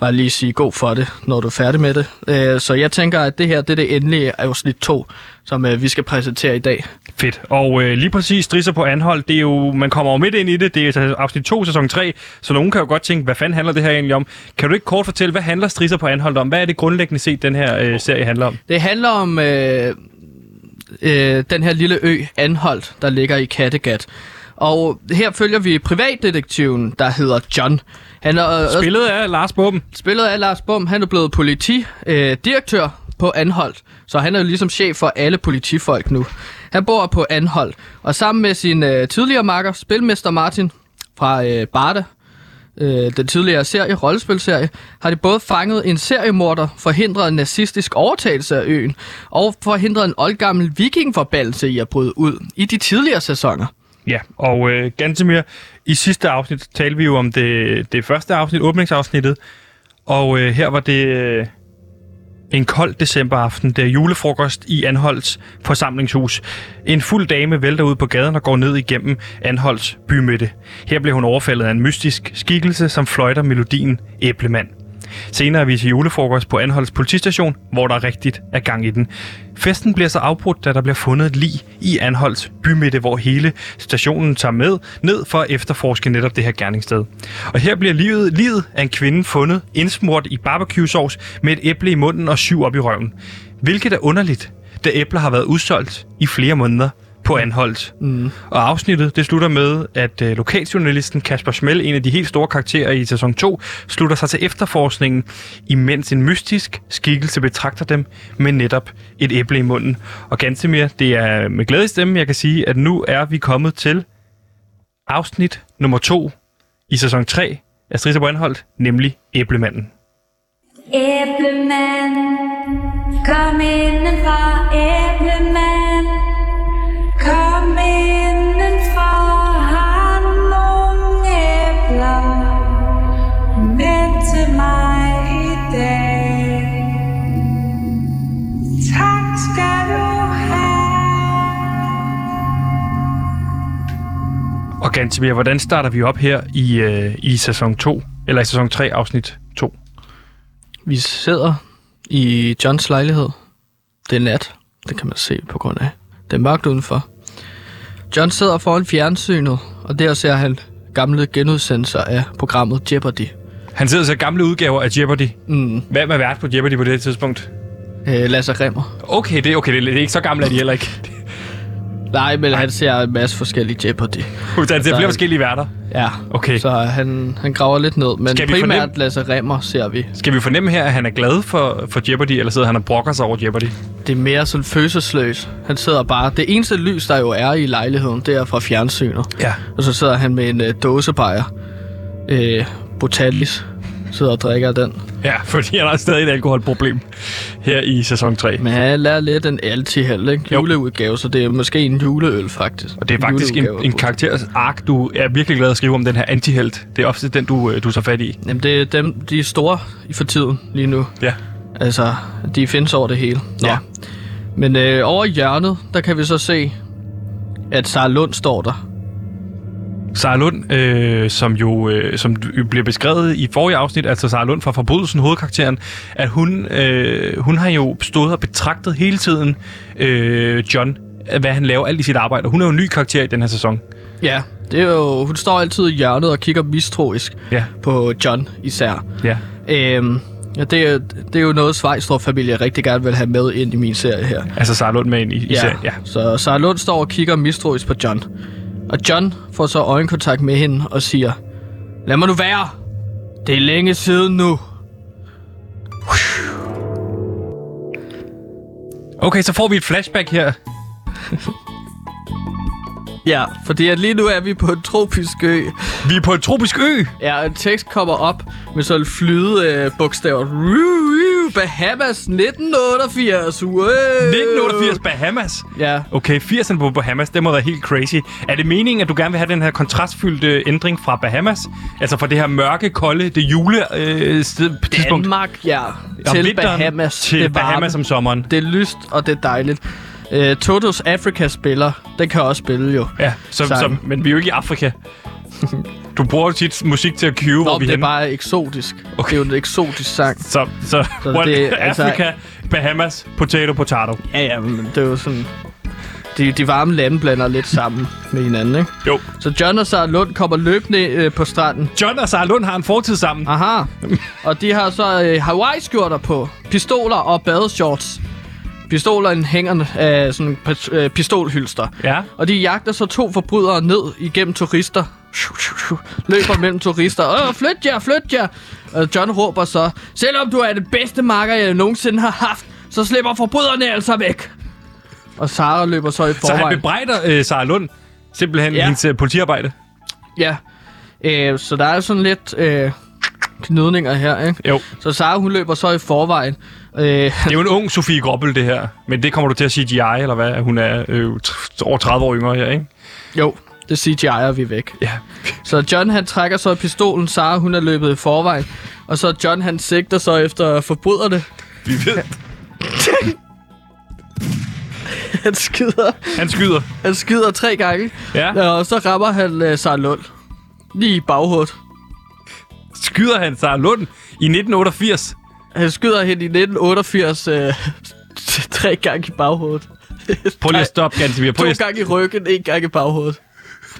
Speaker 2: bare lige sige god for det, når du er færdig med det. Øh, så jeg tænker, at det her det er det endelige afsnit 2, som øh, vi skal præsentere i dag.
Speaker 1: Fedt. Og øh, lige præcis strisser på anhold, det er jo, man kommer jo midt ind i det, det er så afsnit 2, sæson 3, så nogen kan jo godt tænke, hvad fanden handler det her egentlig om? Kan du ikke kort fortælle, hvad handler strisser på anhold om? Hvad er det grundlæggende set, den her øh, serie handler om?
Speaker 2: Det handler om øh, øh, den her lille ø Anholdt, der ligger i Kattegat. Og her følger vi privatdetektiven, der hedder John. Han er øh,
Speaker 1: Spillet af Lars Bum.
Speaker 2: spillet af Lars Bum. Han er blevet politidirektør øh, direktør på Anholdt, så han er jo ligesom chef for alle politifolk nu. Han bor på Anholdt, og sammen med sin øh, tidligere makker, spilmester Martin fra øh, Barda, øh, den tidligere serie, rollespilserie, har de både fanget en seriemorder, forhindret en nazistisk overtagelse af øen, og forhindret en oldgammel vikingforbandelse i at bryde ud i de tidligere sæsoner.
Speaker 1: Ja, og øh, Gantemir, i sidste afsnit talte vi jo om det, det første afsnit, åbningsafsnittet, og øh, her var det øh, en kold decemberaften, der julefrokost i Anholds forsamlingshus. En fuld dame vælter ud på gaden og går ned igennem Anholds bymidte. Her bliver hun overfaldet af en mystisk skikkelse, som fløjter melodien Æblemand. Senere er vi til julefrokost på Anholds politistation, hvor der rigtigt er gang i den. Festen bliver så afbrudt, da der bliver fundet et lig i Anholds bymidte, hvor hele stationen tager med ned for at efterforske netop det her gerningssted. Og her bliver livet, livet af en kvinde fundet indsmurt i barbecue-sovs med et æble i munden og syv op i røven. Hvilket er underligt, da æbler har været udsolgt i flere måneder på Anholdt. Mm. Og afsnittet det slutter med, at øh, lokaljournalisten Kasper Schmel, en af de helt store karakterer i sæson 2, slutter sig til efterforskningen, imens en mystisk skikkelse betragter dem med netop et æble i munden. Og Gantemir, det er med glæde i stemmen, jeg kan sige, at nu er vi kommet til afsnit nummer 2 i sæson 3 af Strisser på Anholdt, nemlig Æblemanden.
Speaker 6: Æblemand, kom indenfor, æblemand. Kom indenfor, har du nogle æbler med til mig i dag? Tak skal du have.
Speaker 1: Og Gantemir, hvordan starter vi op her i, øh, i sæson 2, eller i sæson 3, afsnit 2?
Speaker 2: Vi sidder i Johns lejlighed. Det er nat. Det kan man se på grund af. Det er mørkt udenfor. John sidder foran fjernsynet, og der ser han gamle genudsendelser af programmet Jeopardy.
Speaker 1: Han sidder og ser gamle udgaver af Jeopardy.
Speaker 2: Mm.
Speaker 1: Hvem er vært på Jeopardy på det tidspunkt?
Speaker 2: Øh, Lasse Remmer.
Speaker 1: Okay, det, okay, det, det er ikke så gammel, at de heller ikke.
Speaker 2: Nej, men han ser en masse forskellige Jeopardy.
Speaker 1: Så han ser flere
Speaker 2: han-
Speaker 1: forskellige værter.
Speaker 2: Ja,
Speaker 1: Okay.
Speaker 2: så han, han graver lidt ned, men
Speaker 1: Skal vi
Speaker 2: primært
Speaker 1: fornemme-
Speaker 2: Lasse Remmer ser vi.
Speaker 1: Skal vi fornemme her, at han er glad for, for Jeopardy, eller sidder han og brokker sig over Jeopardy?
Speaker 2: Det er mere sådan følelsesløs. Han sidder bare... Det eneste lys, der jo er i lejligheden, det er fra fjernsynet.
Speaker 1: Ja.
Speaker 2: Og så sidder han med en øh, dåsebajer. Øh, Botalis. Sidder og drikker den.
Speaker 1: Ja, fordi han har stadig et alkoholproblem her i sæson 3.
Speaker 2: Men han er lidt en altiheld, ikke?
Speaker 1: Jo.
Speaker 2: Juleudgave, så det er måske en juleøl, faktisk.
Speaker 1: Og det er faktisk en,
Speaker 2: Juleudgave af
Speaker 1: en
Speaker 2: Bot-
Speaker 1: karakteres ark, du er virkelig glad at skrive om den her antihelt. Det er ofte den, du, øh, du tager fat i.
Speaker 2: Jamen, det er dem, de er store i for tiden lige nu.
Speaker 1: Ja.
Speaker 2: Altså, de findes over det hele. Nå.
Speaker 1: Ja.
Speaker 2: Men øh, over i hjørnet, der kan vi så se, at Sara Lund står der.
Speaker 1: Sara Lund, øh, som jo øh, som jo bliver beskrevet i forrige afsnit, altså Sara Lund fra Forbrydelsen, hovedkarakteren, at hun, øh, hun har jo stået og betragtet hele tiden øh, John, hvad han laver alt i sit arbejde. Og Hun er jo en ny karakter i den her sæson.
Speaker 2: Ja, det er jo, hun står altid i hjørnet og kigger mistroisk
Speaker 1: Ja.
Speaker 2: på John især.
Speaker 1: Ja.
Speaker 2: Øhm, ja, det, er, det er jo noget, Svejstrup-familie rigtig gerne vil have med ind i min serie her.
Speaker 1: Altså Sara Lund med ind i, i serien. Ja.
Speaker 2: Så Sara Lund står og kigger mistroisk på John. Og John får så øjenkontakt med hende og siger, Lad mig nu være! Det er længe siden nu.
Speaker 1: Okay, så får vi et flashback her.
Speaker 2: Ja, fordi at lige nu er vi på en tropisk ø.
Speaker 1: Vi er på en tropisk ø.
Speaker 2: Ja, en tekst kommer op med sådan flyde øh, bogstaver. Ruu, ruu, Bahamas 1988. Wow.
Speaker 1: 1988 Bahamas.
Speaker 2: Ja,
Speaker 1: Okay, 80'erne på Bahamas, det må være helt crazy. Er det meningen, at du gerne vil have den her kontrastfyldte ændring fra Bahamas? Altså fra det her mørke, kolde, det jule øh, sted- tidspunkt?
Speaker 2: Danmark, ja.
Speaker 1: Om
Speaker 2: Til
Speaker 1: vinteren
Speaker 2: Bahamas.
Speaker 1: Til
Speaker 2: det
Speaker 1: det
Speaker 2: er varme.
Speaker 1: Bahamas om sommeren.
Speaker 2: Det er lyst, og det er dejligt. Uh, Totos Africa spiller. Den kan også spille jo.
Speaker 1: Ja, så, så,
Speaker 2: Sangen.
Speaker 1: men vi er jo ikke i Afrika. Du bruger tit musik til at cue,
Speaker 2: Nå,
Speaker 1: hvor vi
Speaker 2: det
Speaker 1: er
Speaker 2: er
Speaker 1: henne.
Speaker 2: bare eksotisk. Okay. Det er jo en eksotisk sang.
Speaker 1: Så, så,
Speaker 2: Så
Speaker 1: what,
Speaker 2: det er- altså-
Speaker 1: Afrika, Bahamas, potato, potato.
Speaker 2: Ja, ja, men det er jo sådan... de, de varme lande blander lidt sammen med hinanden, ikke?
Speaker 1: Jo.
Speaker 2: Så John og Sara Lund kommer løbende øh, på stranden.
Speaker 1: John og Sarah Lund har en fortid sammen.
Speaker 2: Aha. Og de har så øh, Hawaii-skjorter på, pistoler og badeshorts. Pistolerne hænger af sådan pat- øh, pistolhylster.
Speaker 1: Ja.
Speaker 2: Og de jagter så to forbrydere ned igennem turister. Shu, shu, shu. Løber mellem turister. Åh, flyt jer, flyt jer! Og John råber så, selvom du er den bedste marker, jeg nogensinde har haft, så slipper forbryderne altså væk. Og Sara løber så i
Speaker 1: Så han
Speaker 2: forvejen.
Speaker 1: bebrejder øh, Sarah Lund simpelthen ja.
Speaker 2: Ja.
Speaker 1: hendes øh, politiarbejde.
Speaker 2: ja. Øh, så der er sådan lidt øh, knudninger her, ikke?
Speaker 1: Jo.
Speaker 2: Så Sara, hun løber så i forvejen. Øh,
Speaker 1: Det er jo en ung Sofie Groppel, det her. Men det kommer du til at sige GI, eller hvad? At Hun er øh, tr- over 30 år yngre her, ikke?
Speaker 2: jo, det CGI'er vi væk.
Speaker 1: Ja.
Speaker 2: Så John han trækker så pistolen, Sara hun er løbet i forvejen, og så John han sigter så efter forbryderne.
Speaker 1: Vi ved.
Speaker 2: Han skyder,
Speaker 1: Han skyder.
Speaker 2: han skyder tre gange,
Speaker 1: Ja.
Speaker 2: og så rammer han øh, Sara Lund. Lige i baghovedet.
Speaker 1: Skyder han Sarah Lund i 1988.
Speaker 2: Han skyder hende i 1988 øh, tre gange i baghovedet.
Speaker 1: Prøv lige at stoppe, Gansimir. Prøv, lige
Speaker 2: To
Speaker 1: at-
Speaker 2: gange i ryggen, en gang i baghovedet.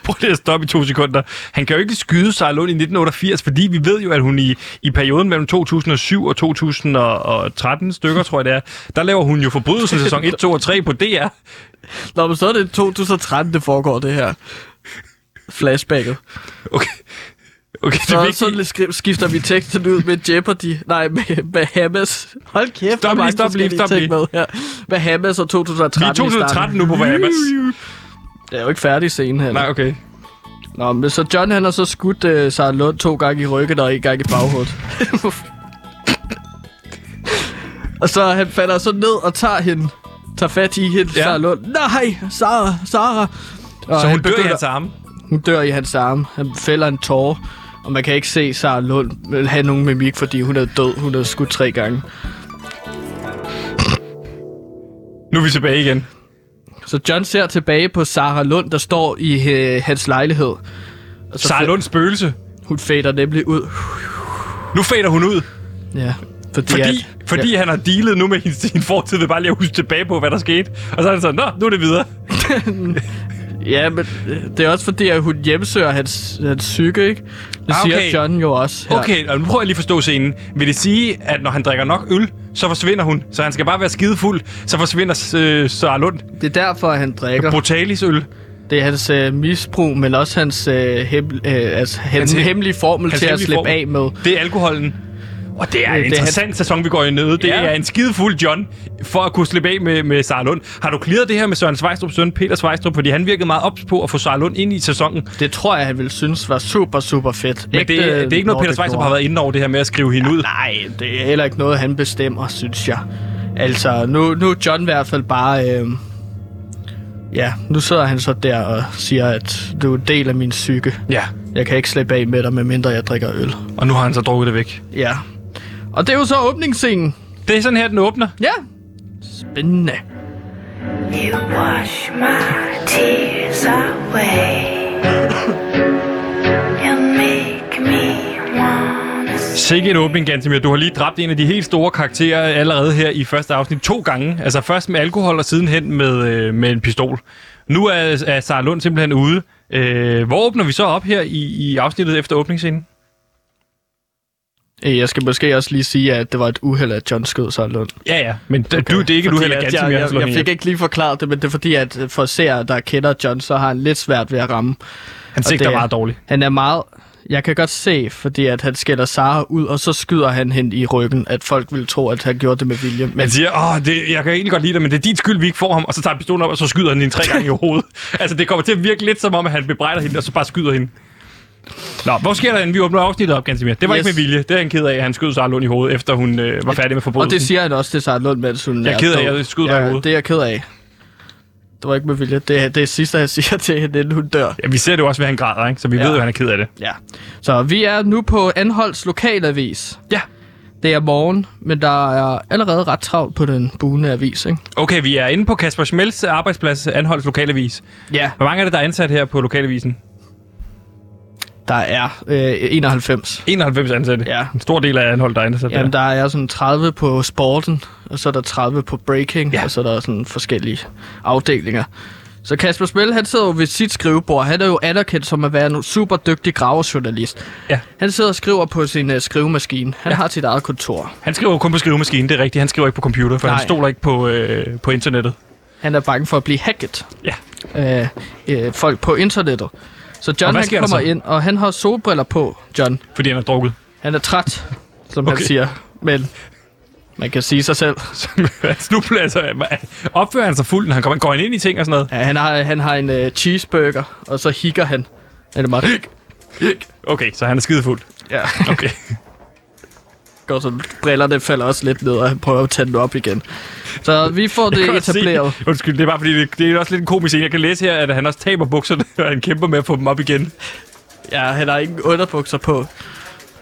Speaker 1: prøv lige at stoppe i to sekunder. Han kan jo ikke skyde Sarah Lund i 1988, fordi vi ved jo, at hun i, i perioden mellem 2007 og 2013 stykker, tror jeg det er, der laver hun jo forbrydelsen sæson 1, 2 og 3 på DR.
Speaker 2: Nå, men så er det 2013, det foregår det her. Flashbacket.
Speaker 1: Okay. Okay, det er
Speaker 2: Så, så
Speaker 1: vigtigt.
Speaker 2: skri- skifter vi teksten ud med Jeopardy. Nej, med Bahamas. Hold kæft,
Speaker 1: Stop
Speaker 2: hvor
Speaker 1: lige,
Speaker 2: mange
Speaker 1: stop lige,
Speaker 2: forskellige
Speaker 1: stop
Speaker 2: ting
Speaker 1: lige.
Speaker 2: Med her. Bahamas og 2013
Speaker 1: Vi er
Speaker 2: i starten.
Speaker 1: 2013 nu på Bahamas.
Speaker 2: Det er jo ikke færdig scenen her.
Speaker 1: Nej, okay.
Speaker 2: Nå, men så John han har så skudt øh, Sarah Lund to gange i ryggen og en gang i baghovedet. og så han falder så ned og tager hende. Tager fat i hende,
Speaker 1: Ja.
Speaker 2: ja. Sarah Lund. Nej, Sarah, Sarah. Og
Speaker 1: Så hun
Speaker 2: han
Speaker 1: dør i
Speaker 2: begynder-
Speaker 1: hans arme.
Speaker 2: Hun dør i hans arme. Han fælder en tårer. Og man kan ikke se Sara Lund vil have nogen mimik, fordi hun er død. Hun er skudt tre gange.
Speaker 1: Nu er vi tilbage igen.
Speaker 2: Så John ser tilbage på Sara Lund, der står i øh, hans lejlighed. Og
Speaker 1: Sarah Lunds spøgelse.
Speaker 2: Hun fader nemlig ud.
Speaker 1: Nu fader hun ud,
Speaker 2: Ja, fordi...
Speaker 1: fordi,
Speaker 2: at,
Speaker 1: fordi han har dealet nu med hendes, sin fortid, ved bare lige at huske tilbage på, hvad der skete. Og så er han sådan, nå, nu er det videre.
Speaker 2: Ja, men øh, det er også fordi, at hun hjemsøger hans, hans psyke, ikke? Det
Speaker 1: Ah,
Speaker 2: ah, okay.
Speaker 1: okay.
Speaker 2: siger John jo også. her.
Speaker 1: Okay, og nu prøver jeg lige at forstå scenen. Vil det sige, at når han drikker nok øl, så forsvinder hun? Så han skal bare være skidefuld, så forsvinder øh, Sarah Lund.
Speaker 2: Det er derfor, at han drikker.
Speaker 1: Brutalis øl.
Speaker 2: Det er hans øh, misbrug, men også hans, øh, hem, øh, altså, hem, hans
Speaker 1: he-
Speaker 2: hemmelige formel
Speaker 1: hans
Speaker 2: til at
Speaker 1: hemmelige
Speaker 2: slippe
Speaker 1: formel.
Speaker 2: af med.
Speaker 1: Det er alkoholen. Og det er en
Speaker 2: Det
Speaker 1: det,
Speaker 2: er han-
Speaker 1: interessant han... sæson, vi går i nede. Det
Speaker 2: Ja.
Speaker 1: er en skidefuld John, for at kunne slippe af med, med Sarah Lund. Har du clearet det her med Søren Svejstrup søn, Peter Svejstrup? Fordi han virkede meget ops på at få Sarah Lund ind i sæsonen.
Speaker 2: Det tror jeg, han ville synes var super, super fedt.
Speaker 1: Men det, det er ikke noget, Peter Svejstrup har været inde over det her med at skrive hende ud.
Speaker 2: Nej, det er heller ikke noget, han bestemmer, synes jeg. Altså, nu, nu er John i hvert fald bare... Øh, ja, nu sidder han så der og siger, at du er en del af min psyke.
Speaker 1: Ja,
Speaker 2: Jeg kan ikke slippe af med dig, medmindre jeg drikker øl.
Speaker 1: og nu har han så drukket det væk.
Speaker 2: Ja. Og det er jo så åbningsscenen.
Speaker 1: Det er sådan her, den åbner.
Speaker 2: Ja. Spændende.
Speaker 5: You wash my tears away. You make me wanna
Speaker 1: Sikke en åbning, Gantemir. Du har lige dræbt en af de helt store karakterer allerede her i første afsnit to gange. Altså først med alkohol og sidenhen med, øh, med en pistol. Nu er, er Sarah Lund simpelthen ude. Øh, hvor åbner vi så op her i, i afsnittet efter åbningsscenen?
Speaker 2: Øh, Jeg skal måske også lige sige, at det var et uheld, at John skød sig Lund.
Speaker 1: Ja, ja. Men okay. du, det er ikke du heller,
Speaker 2: at jeg,
Speaker 1: Gantemir.
Speaker 2: jeg, jeg, jeg fik ikke lige forklaret det, men det er fordi, at øh, for seere, der kender John, så har han lidt svært ved at ramme.
Speaker 1: Han sigter
Speaker 2: det er-
Speaker 1: meget dårligt.
Speaker 2: Han er meget... Jeg kan godt se, fordi at han skælder Sara ud, og så skyder han hende i ryggen, at folk ville tro, at han gjorde det med vilje. Men
Speaker 1: Man siger, åh, det, jeg kan egentlig godt lide dig, men det er din skyld, vi ikke får ham. Og så tager han pistolen op, og så skyder han hende tre gange i hovedet. Altså, det kommer til at virke lidt som om, at han bebrejder hende, og så bare skyder hende. Nå, hvor sker der, inden vi åbner afsnittet op, Gansimir? Det var yes.
Speaker 2: Yes.
Speaker 1: ikke med vilje. Det er han ked af, at han skød Sarah Lund i hovedet, efter hun øh, var færdig med
Speaker 2: og
Speaker 1: forbrydelsen.
Speaker 2: det siger han også til Sara Lund, mens hun
Speaker 1: Jeg er ked af,
Speaker 2: død.
Speaker 1: jeg skyder dig i
Speaker 2: ja,
Speaker 1: hovedet.
Speaker 2: Det er jeg ked af. Det var ikke med vilje. Det, er- det er sidste, han siger til hende, inden hun dør.
Speaker 1: Ja, vi ser det jo også, ved at han græder, ikke? Så vi ja.
Speaker 2: Ja.
Speaker 1: ved jo, at han er ked af det.
Speaker 2: Ja. Så vi er nu på Anholds lokalavis.
Speaker 1: Ja.
Speaker 2: Det er morgen, men der er allerede ret travlt på den buende avis, ikke?
Speaker 1: Okay, vi er inde på Kasper Schmelz arbejdsplads, Anholds Lokalavis.
Speaker 2: Ja.
Speaker 1: Hvor mange er det, der er ansat her på Lokalavisen?
Speaker 2: Der er øh, 91.
Speaker 1: 91 ansatte.
Speaker 2: Ja.
Speaker 1: En stor del af Anhold, der er ansat
Speaker 2: Jamen,
Speaker 1: der.
Speaker 2: der er sådan 30 på sporten, og så er der 30 på breaking,
Speaker 1: Ja.
Speaker 2: ja. og så er der sådan forskellige afdelinger. Så Kasper Smell, han sidder jo ved sit skrivebord. Han er jo anerkendt som at være en super dygtig gravejournalist.
Speaker 1: Ja.
Speaker 2: Han sidder og skriver på sin uh, skrivemaskine. Han ja. har sit eget kontor.
Speaker 1: Han skriver jo kun på skrivemaskinen, det er rigtigt. Han skriver ikke på computer, for Nej.
Speaker 2: Nej.
Speaker 1: han stoler ikke på, øh, på internettet.
Speaker 2: Han er bange for at blive hacket
Speaker 1: Ja.
Speaker 2: af øh, folk på internettet. Så
Speaker 1: Og
Speaker 2: John
Speaker 1: hvad
Speaker 2: han
Speaker 1: sker der
Speaker 2: kommer
Speaker 1: så?
Speaker 2: ind, og han har solbriller på, John.
Speaker 1: Fordi han har drukket.
Speaker 2: Han er træt, som okay.
Speaker 1: Okay.
Speaker 2: han siger. Men man kan sige sig selv.
Speaker 1: nu altså, opfører han sig fuld, når han kommer, går han ind i ting og sådan noget?
Speaker 2: Ja, han, har, han har en uh, cheeseburger, og så hikker han. Han er meget hik, hik.
Speaker 1: Okay, så han er skidefuld.
Speaker 2: Ja,
Speaker 1: Okay.
Speaker 2: går så brillerne falder også lidt ned, og han prøver at tage den op igen. Så vi får
Speaker 1: Jeg
Speaker 2: det
Speaker 1: kan godt se-
Speaker 2: etableret.
Speaker 1: Undskyld, det er bare fordi, det, det er også lidt en komisk scene. Jeg kan læse her, at han også taber bukserne, og han kæmper med at få dem op igen.
Speaker 2: Ja, han har ingen underbukser på.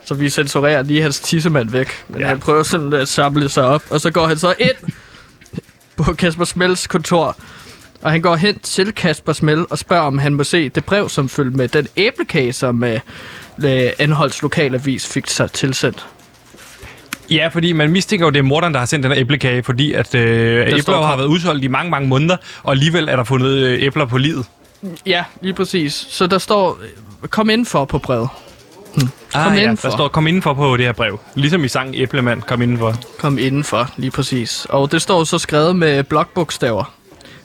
Speaker 2: Så vi censurerer lige hans tissemand væk. Men
Speaker 1: Ja.
Speaker 2: ja. han prøver sådan at samle sig op. Og så går han så ind på Kasper Smels kontor. Og han går hen til Kasper Smel og spørger, om han må se det brev, som følger med den æblekage, som øh, øh, Anholds lokalavis fik sig tilsendt.
Speaker 1: Ja, fordi man mistænker jo, det er morderen, der har sendt den her æblekage, fordi at øh, æbler
Speaker 2: står-
Speaker 1: jo har været udsolgt i mange, mange måneder, og alligevel er der fundet øh, æbler på livet.
Speaker 2: Ja, lige præcis. Så der står, øh, kom indenfor på brevet. Kom
Speaker 1: Ah, ja,
Speaker 2: indenfor.
Speaker 1: der står, kom indenfor på det her brev. Ligesom i sangen Æblemand, kom indenfor.
Speaker 2: Kom indenfor, lige præcis. Og det står så skrevet med blokbogstaver.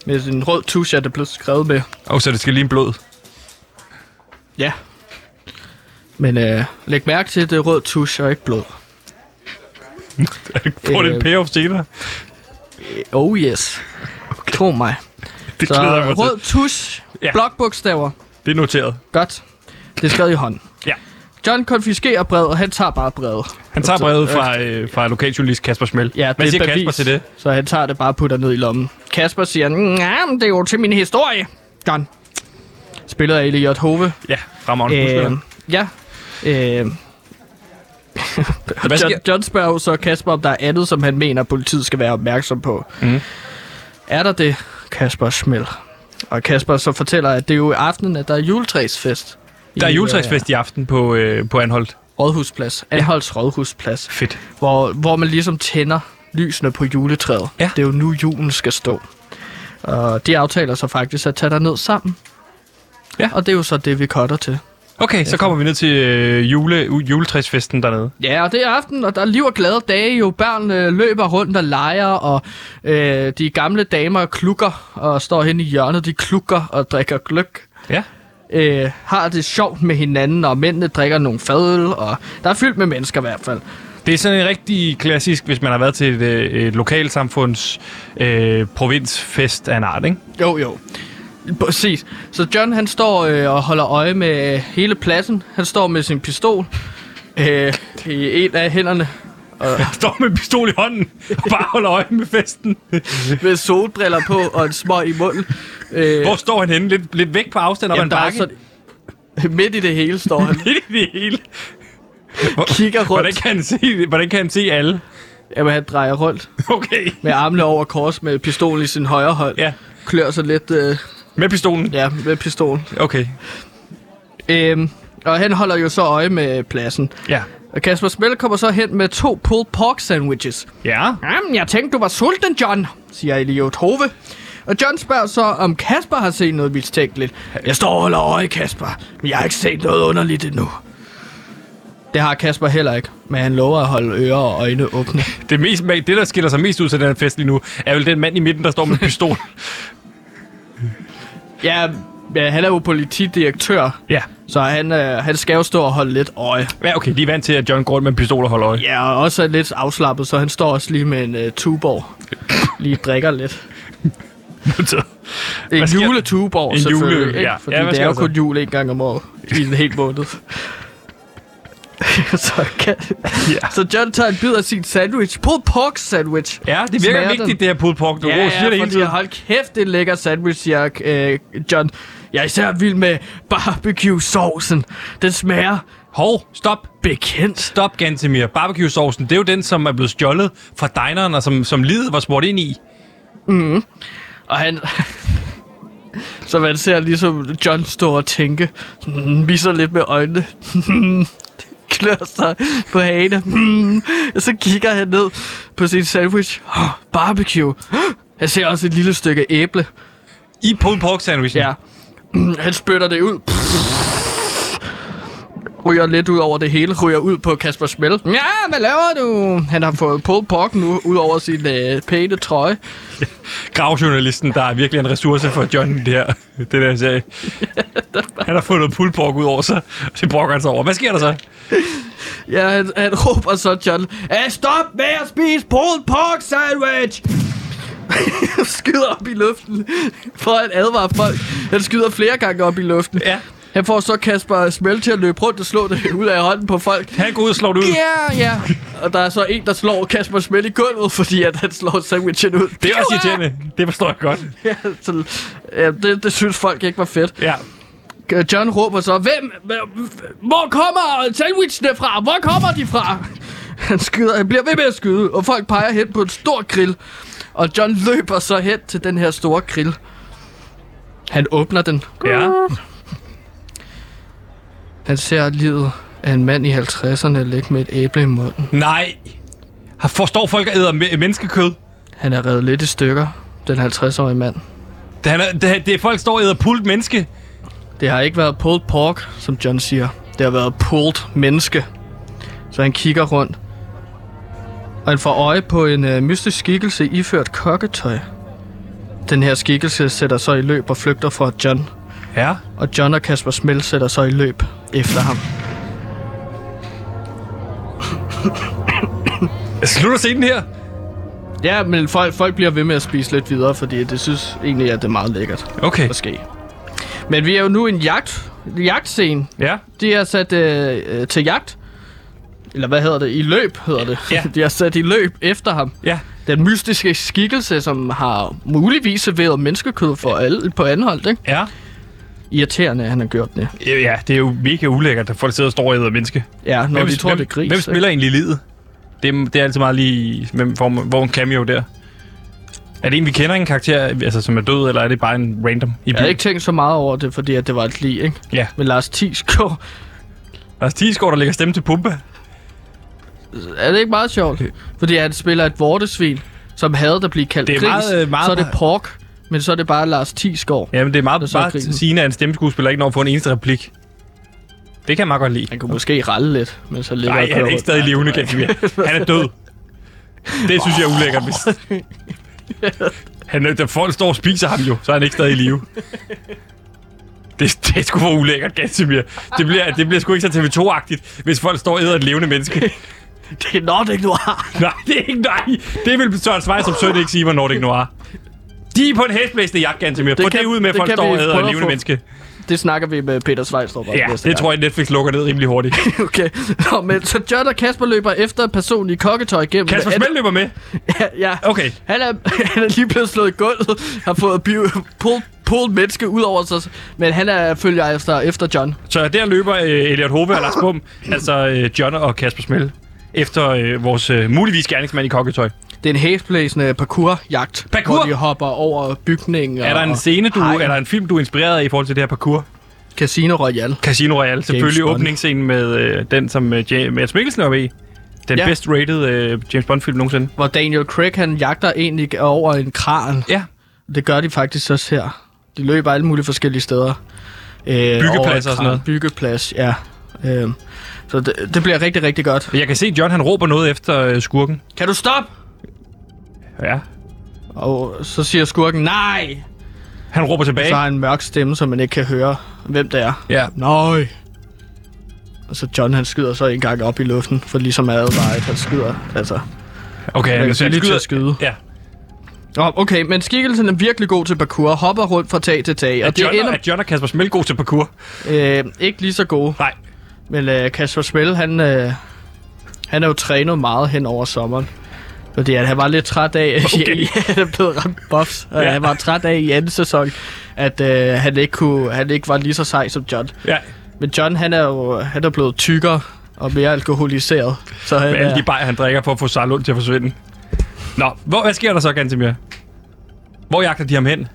Speaker 2: Med en rød tusch, at det blev skrevet med.
Speaker 1: Og så det skal lige en blod.
Speaker 2: Ja. Men øh, læg mærke til, at det er rød tusch og ikke blod.
Speaker 1: Får det
Speaker 2: Øh,
Speaker 1: en payoff senere?
Speaker 2: Oh yes. Okay. Tro mig.
Speaker 1: Det
Speaker 2: Så
Speaker 1: glæder jeg mig
Speaker 2: rød
Speaker 1: til.
Speaker 2: tusch,
Speaker 1: Ja.
Speaker 2: ja. blokbogstaver.
Speaker 1: Det er noteret.
Speaker 2: Godt. Det er skrevet i hånden.
Speaker 1: Ja.
Speaker 2: John konfiskerer brevet, og han tager bare brevet.
Speaker 1: Han tager brevet fra, øh, fra lokaljournalist Kasper Smel.
Speaker 2: Ja, det
Speaker 1: Hvad
Speaker 2: er
Speaker 1: siger
Speaker 2: bevis,
Speaker 1: Kasper til det?
Speaker 2: Så han tager det bare og putter ned i lommen. Kasper siger, "Nja, men det er jo til min historie, John. Spillet af Eliot Hove.
Speaker 1: Ja, fremragende
Speaker 2: Øh,
Speaker 1: øh,
Speaker 2: ja. Øh,
Speaker 1: Hvad
Speaker 2: John,
Speaker 1: sker?
Speaker 2: John spørger jo så Kasper, om der er andet, som han mener, politiet skal være opmærksom på. Mm. Er der det, Kasper Smel? Og Kasper så fortæller, at det er jo i aftenen, at der er juletræsfest.
Speaker 1: Der er
Speaker 2: I,
Speaker 1: juletræsfest i aften på, øh, på Anholdt.
Speaker 2: øh, Rådhusplads. Anholds Rådhusplads.
Speaker 1: Fedt.
Speaker 2: Hvor, hvor man ligesom tænder lysene på juletræet.
Speaker 1: Ja.
Speaker 2: Det er jo nu, julen skal stå. Og de aftaler så faktisk at tage dig ned sammen.
Speaker 1: Ja.
Speaker 2: Og det er jo så det, vi cutter til.
Speaker 1: Okay, så kommer vi ned til øh, jule, u- juletræsfesten dernede.
Speaker 2: Ja, og det er aften, og der er liv og glade dage jo. Børn øh, løber rundt og leger, og øh, de gamle damer klukker og står hen i hjørnet. De klukker og drikker gløk.
Speaker 1: Ja.
Speaker 2: Øh, har det sjovt med hinanden, og mændene drikker nogle fadøl, og der er fyldt med mennesker i hvert fald.
Speaker 1: Det er sådan en rigtig klassisk, hvis man har været til et, øh, et lokalsamfunds øh, provinsfest af en art, ikke?
Speaker 2: Jo, jo. Præcis. Så John, han står øh, og holder øje med hele pladsen. Han står med sin pistol øh, i en af hænderne.
Speaker 1: Han står med en pistol i hånden og bare holder øje med festen.
Speaker 2: Med solbriller på og en smøg i munden. Øh,
Speaker 1: Hvor står han henne? Lidt, lidt væk på afstand op ad en
Speaker 2: Jamen, der er
Speaker 1: bakke?
Speaker 2: sådan, midt i det hele står han.
Speaker 1: Midt i det hele. Hvor,
Speaker 2: Kigger rundt.
Speaker 1: Hvordan kan, han se, hvordan kan han se alle?
Speaker 2: Jamen, han drejer rundt
Speaker 1: Okay.
Speaker 2: med armene over kors med pistolen i sin højre hånd.
Speaker 1: Ja,
Speaker 2: Klør sig lidt øh,
Speaker 1: med pistolen.
Speaker 2: ja, med pistolen.
Speaker 1: Okay.
Speaker 2: Øhm, og han holder jo så øje med pladsen.
Speaker 1: Ja.
Speaker 2: Og Kasper Smell kommer så hen med to pulled pork sandwiches.
Speaker 1: Ja.
Speaker 2: Jamen, jeg tænkte, du var sulten, John, siger Eliot Hove. Og John spørger så, om Kasper har set noget mistænkeligt. Jeg står og holder øje, Kasper, men jeg har ikke set noget underligt endnu. Det har Kasper heller ikke, men han lover at holde ører og øjne åbne.
Speaker 1: Det, mest, det, der skiller sig mest ud til den her fest lige nu, er vel den mand i midten, der står med en pistol.
Speaker 2: Ja, ja han er jo politidirektør,
Speaker 1: ja.
Speaker 2: så han, øh, han skal jo stå og holde lidt øje.
Speaker 1: ja. okay, de er vant til, at John går rundt med en pistol og holder øje.
Speaker 2: Ja, og også er lidt afslappet, så han står også lige med en øh, tuborg. Lige drikker lidt. En
Speaker 1: Hvad sker der?
Speaker 2: juletuborg,
Speaker 1: En
Speaker 2: selvfølgelig.
Speaker 1: jule-
Speaker 2: ikke?
Speaker 1: ja.
Speaker 2: Fordi
Speaker 1: Ja, hvad
Speaker 2: det
Speaker 1: sker
Speaker 2: er jo
Speaker 1: der
Speaker 2: kun jul en gang om året i en hel måned. så, kan...
Speaker 1: Ja.
Speaker 2: ja. så John tager en bid af sin sandwich. Pulled pork sandwich.
Speaker 1: Ja, det virker
Speaker 2: Smager
Speaker 1: vigtigt,
Speaker 2: den?
Speaker 1: det her pulled pork. Du
Speaker 2: Ja,
Speaker 1: ja, siger det hele
Speaker 2: fordi
Speaker 1: tiden.
Speaker 2: hold kæft, det er en lækker sandwich, siger øh, John. Jeg er især vild med barbecue-saucen. Den smager
Speaker 1: Hov, stop.
Speaker 2: bekendt.
Speaker 1: Stop, Gantemir. Barbecue-saucen, det er jo den, som er blevet stjålet fra dineren, og som, som livet var smurt ind i.
Speaker 2: Og han... så man ser ligesom John stå og tænke. Mm, viser lidt med øjnene. Klør sig på hane. Mm, og så kigger han ned på sin sandwich. Oh, barbecue. Han ser også et lille stykke æble.
Speaker 1: I pulled pork sandwichen?
Speaker 2: Ja. Han spytter det ud. Ryger lidt ud over det hele. Ryger ud på Kasper Smell. Ja, hvad laver du? Han har fået pulled pork nu, ud over sin øh, pæne trøje.
Speaker 1: Gravjournalisten, der er virkelig en ressource for John i det her, det der serie. Han har fået noget pulled pork ud over sig, og det brokker han sig over. Hvad sker der så?
Speaker 2: Ja, han, han råber så, John. "Ah, stop med at spise pulled pork sandwich! skyder op i luften for at advare folk. Han skyder flere gange op i luften.
Speaker 1: Ja.
Speaker 2: Han får så Kasper Smelt til at løbe rundt og slå det ud af hånden på folk.
Speaker 1: Han går ud og slår det ud.
Speaker 2: Ja, ja. Og der er så en, der slår Kasper Smelt i gulvet, fordi at han slår sandwichen ud.
Speaker 1: Det er også irriterende. Det forstår jeg godt.
Speaker 2: Ja, så, ja, det, det synes folk ikke var fedt.
Speaker 1: Ja.
Speaker 2: Øh, John råber så, hvem, hvor kommer sandwichene fra? Hvor kommer de fra? Han, skyder, han bliver ved med at skyde, og folk peger hen på en stor grill. Og John løber så hen til den her store grill. Han åbner den.
Speaker 1: ja.
Speaker 2: Han ser livet af en mand i 50'erne ligge med et æble i munden.
Speaker 1: Nej. Forstår folk at æder me- menneskekød?
Speaker 2: Han er revet lidt i stykker, den 50-årige mand.
Speaker 1: Det, han er, det, det er folk, der står og æder pult menneske.
Speaker 2: Det har ikke været pulled pork, som John siger. Det har været pulled menneske. Så han kigger rundt. Og han får øje på en øh, mystisk skikkelse iført kokketøj. Den her skikkelse sætter sig i løb og flygter fra John.
Speaker 1: Ja.
Speaker 2: Og John og Kasper Smell sætter sig i løb efter ham.
Speaker 1: Slutter scenen her.
Speaker 2: Ja, men folk, folk bliver ved med at spise lidt videre, fordi det synes egentlig, at det er meget lækkert
Speaker 1: Okay.
Speaker 2: at ske. Men vi er jo nu i en jagt, jagtscene.
Speaker 1: Ja.
Speaker 2: De er sat øh, øh, til jagt. Eller hvad hedder det? I løb hedder det.
Speaker 1: Ja.
Speaker 2: De er sat i løb efter ham.
Speaker 1: Ja.
Speaker 2: Den mystiske skikkelse, som har muligvis serveret menneskekød for alle på anholdt, ikke?
Speaker 1: Ja.
Speaker 2: Irriterende, at han har gjort det.
Speaker 1: Ja, det er jo mega ulækkert, at folk sidder og står og æder menneske.
Speaker 2: Ja, når de tror,
Speaker 1: hvem,
Speaker 2: det er gris.
Speaker 1: Hvem
Speaker 2: ikke?
Speaker 1: spiller egentlig livet? Det er, det er altid meget lige, hvem får, hvor en cameo der. Er det en, vi kender en karakter, altså, som er død, eller er det bare en random i
Speaker 2: Jeg havde
Speaker 1: byen?
Speaker 2: ikke tænkt så meget over det, fordi at det var et lig, ikke?
Speaker 1: Ja. Altså,
Speaker 2: Men Lars Thiesgaard,
Speaker 1: Lars Thiesgaard, der lægger stemme til Pumba.
Speaker 2: er det ikke meget sjovt? Fordi han spiller et vortesvin, som havde at blive kaldt
Speaker 1: Det er
Speaker 2: gris.
Speaker 1: meget, øh, meget-
Speaker 2: så er det pork, men så er det bare Lars Thiesgaard.
Speaker 1: Ja, men det er meget
Speaker 2: Det er så
Speaker 1: bare
Speaker 2: grinen.
Speaker 1: sigende, at en stemmeskuespiller ikke når at få en eneste replik. Det kan jeg meget godt lide.
Speaker 2: Han kunne måske ralle lidt, men så ligger
Speaker 1: Nej,
Speaker 2: og
Speaker 1: han er
Speaker 2: kører
Speaker 1: ikke
Speaker 2: rundt.
Speaker 1: stadig
Speaker 2: Nej, det
Speaker 1: levende,
Speaker 2: var ikke-
Speaker 1: Gantemir. Han er død. Det synes jeg er ulækkert, hvis... Han, er- da folk står og spiser ham jo, så er han ikke stadig i live. Det, det er sgu for ulækkert, Gantemir. Det bliver, det bliver sgu ikke så TV2-agtigt, hvis folk står og æder et levende menneske.
Speaker 2: Det er Nordic Noir.
Speaker 1: Nej, det er ikke nej. Det vil Søren Svejs som sødt ikke sige, hvornår det ikke nu er. De er på en hestblæsende jagt, Gantemir. Få
Speaker 2: kan-
Speaker 1: det ud med, at
Speaker 2: det
Speaker 1: folk
Speaker 2: kan
Speaker 1: står og
Speaker 2: vi
Speaker 1: æder et
Speaker 2: prøve at
Speaker 1: levende
Speaker 2: få.
Speaker 1: menneske.
Speaker 2: Det snakker vi med Peter Svejstrup om
Speaker 1: Ja,
Speaker 2: næste
Speaker 1: det
Speaker 2: gang.
Speaker 1: tror jeg, Netflix lukker ned rimelig hurtigt.
Speaker 2: Okay, Nå, men så John og Kasper løber efter en person i kokketøj gennem...
Speaker 1: Kasper
Speaker 2: Hvad er
Speaker 1: Smelt løber med.
Speaker 2: det? Ja, ja.
Speaker 1: Okay.
Speaker 2: Han er, han er lige blevet slået i gulvet, har fået bi- pull, pull menneske ud over sig, men han er følger efter, efter John.
Speaker 1: Så der løber øh, Elliot Hove og Lars Bum, altså øh, John og Kasper Smell, efter øh, vores øh, muligvis gerningsmand i kokketøj.
Speaker 2: Det er en hæsblæsende parkour-jagt,
Speaker 1: Parkour?
Speaker 2: hvor de hopper over bygningen
Speaker 1: Er der en
Speaker 2: og
Speaker 1: scene, du,
Speaker 2: hegn.
Speaker 1: er der en film, du er inspireret af i forhold til det her parkour?
Speaker 2: Casino Royale.
Speaker 1: Casino Royale, selvfølgelig
Speaker 2: Bond.
Speaker 1: åbningsscenen med øh, den, som øh, James, Mads Mikkelsen er med i. Den ja.
Speaker 2: Ja.
Speaker 1: best rated øh, James Bond-film nogensinde.
Speaker 2: Hvor Daniel Craig, han jagter egentlig over en kran.
Speaker 1: Ja.
Speaker 2: Det gør de faktisk også her. De løber alle mulige forskellige steder. Øh, Byggeplads
Speaker 1: og sådan noget.
Speaker 2: Byggeplads, ja. Øh, så det, det bliver rigtig, rigtig godt.
Speaker 1: Jeg kan se, John han råber noget efter øh, skurken.
Speaker 2: Kan du stoppe?
Speaker 1: Ja.
Speaker 2: Og så siger skurken, nej!
Speaker 1: Han råber tilbage.
Speaker 2: Så har han en mørk stemme, som man ikke kan høre, hvem det er.
Speaker 1: Ja.
Speaker 2: Nej! Og så John, han skyder så en gang op i luften, for ligesom at advare, at han skyder. Altså.
Speaker 1: Okay,
Speaker 2: er
Speaker 1: han,
Speaker 2: villig til at skyde.
Speaker 1: Ja.
Speaker 2: Nå, okay, men skikkelsen er virkelig god til parkour, hopper rundt fra tag til tag, og
Speaker 1: Er
Speaker 2: det
Speaker 1: John, og,
Speaker 2: ender
Speaker 1: er John og Kasper Smell god til parkour?
Speaker 2: øh, ikke lige så gode.
Speaker 1: Nej.
Speaker 2: Men øh, Kasper Smell, han, øh, han er jo trænet meget hen over sommeren. Fordi at han var lidt træt af,
Speaker 1: Okay.
Speaker 2: okay. han er blevet ramt buffs, og
Speaker 1: Ja.
Speaker 2: han var træt af i anden sæson, at øh, han, ikke kunne, han ikke var lige så sej som John.
Speaker 1: Ja.
Speaker 2: Men John, han er jo han er blevet tykkere og mere alkoholiseret. Så han
Speaker 1: Med alle de
Speaker 2: er,
Speaker 1: bajer, han drikker for at få Sarlund til at forsvinde. Nå, hvor, hvad sker der så, Gantemir? Hvor jagter de ham hen?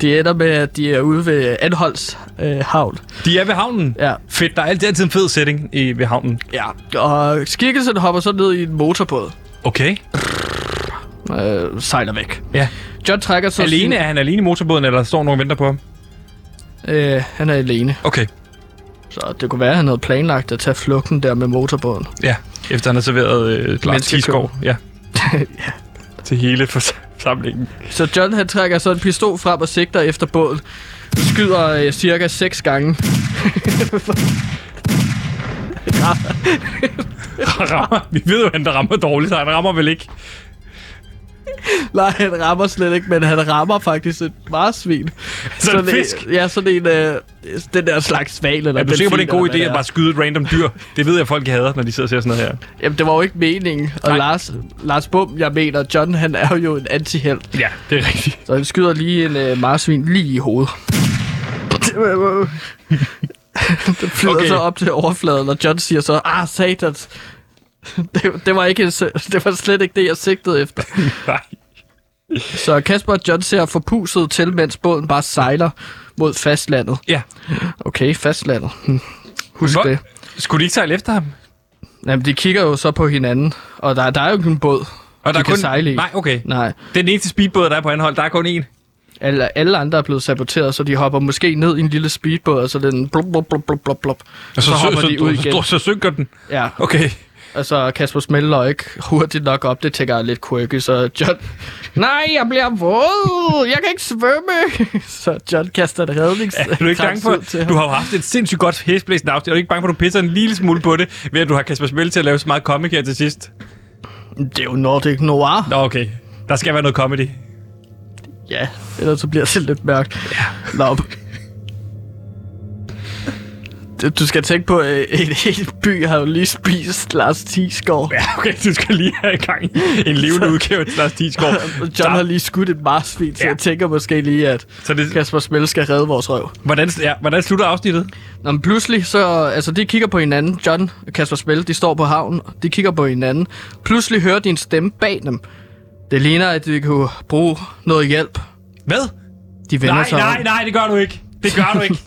Speaker 2: de ender med, at de er ude ved Anholds øh, havn.
Speaker 1: De er ved havnen.
Speaker 2: Ja.
Speaker 1: Fedt, der er altid, altid en fed setting i, ved havnen.
Speaker 2: ja. Og skikkelsen hopper så ned i en motorbåd
Speaker 1: Okay.
Speaker 2: øh, sejler væk.
Speaker 1: Ja.
Speaker 2: John trækker så
Speaker 1: Alene, er han alene i motorbåden, eller står nogen og venter på ham?
Speaker 2: Sin, øh, han er alene.
Speaker 1: Okay,
Speaker 2: Så det kunne være, at han havde planlagt at tage flugten der med motorbåden.
Speaker 1: ja. Efter han har serveret øh, Lars
Speaker 2: Menneskekød.
Speaker 1: Tisgaard. Ja. Til hele forsamlingen.
Speaker 2: Så John han trækker så en pistol frem og sigter efter båden. Skyder øh, cirka 6 gange.
Speaker 1: rammer. Vi ved jo, at han rammer dårligt, så han rammer vel ikke.
Speaker 2: Nej, han rammer slet ikke, men han rammer faktisk et marsvin.
Speaker 1: Så en fisk?
Speaker 2: En, ja, sådan en, øh, den der slags sval. Eller
Speaker 1: Er du sikker på, det er en god idé at
Speaker 2: delfin, eller hvad
Speaker 1: bare skyde et random dyr? Det ved jeg, folk hader, når de sidder og ser sådan noget her.
Speaker 2: er. Jamen, det var jo ikke meningen. Og
Speaker 1: Nej.
Speaker 2: Lars, Lars Bum, jeg mener, John, han er jo en antihelt.
Speaker 1: Ja, det er rigtigt.
Speaker 2: Så han skyder lige en øh, marsvin lige i hovedet. Den flyder
Speaker 1: Okay.
Speaker 2: okay. så op til overfladen, og John siger så, ah, satans. Det, det, var ikke, det var slet ikke det, jeg sigtede efter.
Speaker 1: Nej.
Speaker 2: Så Kasper og John ser forpuset til, mens båden bare sejler mod fastlandet.
Speaker 1: Ja.
Speaker 2: Okay, fastlandet. Hm. Husk
Speaker 1: Hvor,
Speaker 2: det.
Speaker 1: skulle de ikke sejle efter ham?
Speaker 2: Jamen, de kigger jo så på hinanden, og der, der er jo ikke en båd.
Speaker 1: Og
Speaker 2: de kan sejle i.
Speaker 1: Nej, okay.
Speaker 2: Nej.
Speaker 1: Det er den eneste speedbåd, der er på anhold. Der er kun én.
Speaker 2: Alle, alle andre er blevet saboteret, så de hopper måske ned i en lille speedbåd, og så den blub, blub, blub, blub, blub, blub. Og så, så hopper
Speaker 1: Altså, så,
Speaker 2: de ud
Speaker 1: så,
Speaker 2: igen.
Speaker 1: Så, så, synker den.
Speaker 2: Ja,
Speaker 1: Okay.
Speaker 2: og så Kasper smelter ikke hurtigt nok op. Det tænker jeg er lidt quirky, så John... Nej, jeg bliver våd! Jeg kan ikke svømme! så John kaster et rednings...
Speaker 1: Er du ikke bange for,
Speaker 2: ud til
Speaker 1: du
Speaker 2: ham.
Speaker 1: har jo haft et sindssygt godt hæsblæsende afsnit. Er du ikke bange for, at du pisser en lille smule på det, ved at du har Kasper Smølle til at lave så meget comic her til sidst?
Speaker 2: Det er jo Nordic Noir.
Speaker 1: Nå, okay. Der skal være noget comedy.
Speaker 2: Ja, ellers så bliver det lidt mørkt. Ja. Nå. Du- Du skal tænke på, at en hel by har jo lige spist Lars Tisgaard.
Speaker 1: Ja, okay, du skal lige have i gang i en levende udgave til Lars Tisgaard.
Speaker 2: Og John har lige skudt et marsvin, så
Speaker 1: Ja.
Speaker 2: ja. jeg tænker måske lige, at
Speaker 1: Så det,
Speaker 2: Kasper Smell skal redde vores røv.
Speaker 1: hvordan, ja, hvordan slutter afsnittet?
Speaker 2: Nå, men pludselig så, altså de kigger på hinanden, John og Kasper Smell, de står på havnen, de kigger på hinanden. Pludselig hører de en stemme bag dem. Det ligner, at de kunne bruge noget hjælp.
Speaker 1: Hvad?
Speaker 2: De vender
Speaker 1: Nej,
Speaker 2: sig om.
Speaker 1: nej, nej, det gør du ikke. Det gør du ikke.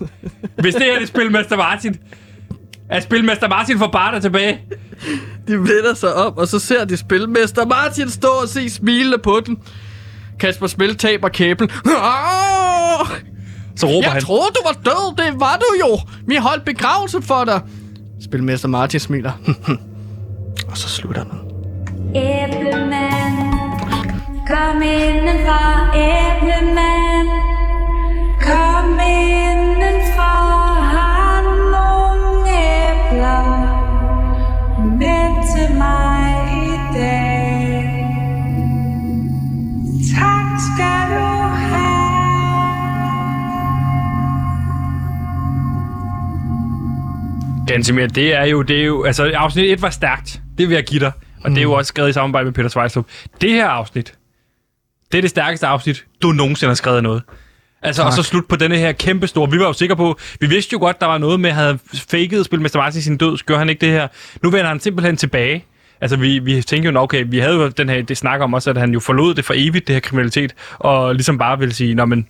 Speaker 1: Hvis det her er det Spilmester Martin, er Spilmester Martin for bare tilbage.
Speaker 2: De vender sig op, og så ser de spilmester Martin stå og se smilende på den. Kasper Spil taber kæben. Åh!
Speaker 1: Så råber
Speaker 2: Jeg
Speaker 1: han.
Speaker 2: troede, du var død. Det var du jo. Vi holdt begravelse for dig. Spilmester Martin smiler. og så slutter den.
Speaker 6: Æblemand, kom indenfor, æblemand, kom indenfor, har du nogle æbler med til mig i dag? Tak skal du have.
Speaker 1: Gansimir, det er jo, det er jo, altså afsnit 1 var stærkt. Det vil jeg give dig. Og det er jo også skrevet i samarbejde med Peter Svejstrup. Det her afsnit, det er det stærkeste afsnit, du nogensinde har skrevet noget. Altså, tak. og så slut på denne her kæmpe store. Vi var jo sikre på, vi vidste jo godt, der var noget med, at han havde faket Spilmester Martin sin død. Gør han ikke det her? Nu vender han simpelthen tilbage. Altså, vi, vi tænkte jo, nå, okay, vi havde jo den her, det snak om også, at han jo forlod det for evigt, det her kriminalitet, og ligesom bare ville sige, nå, men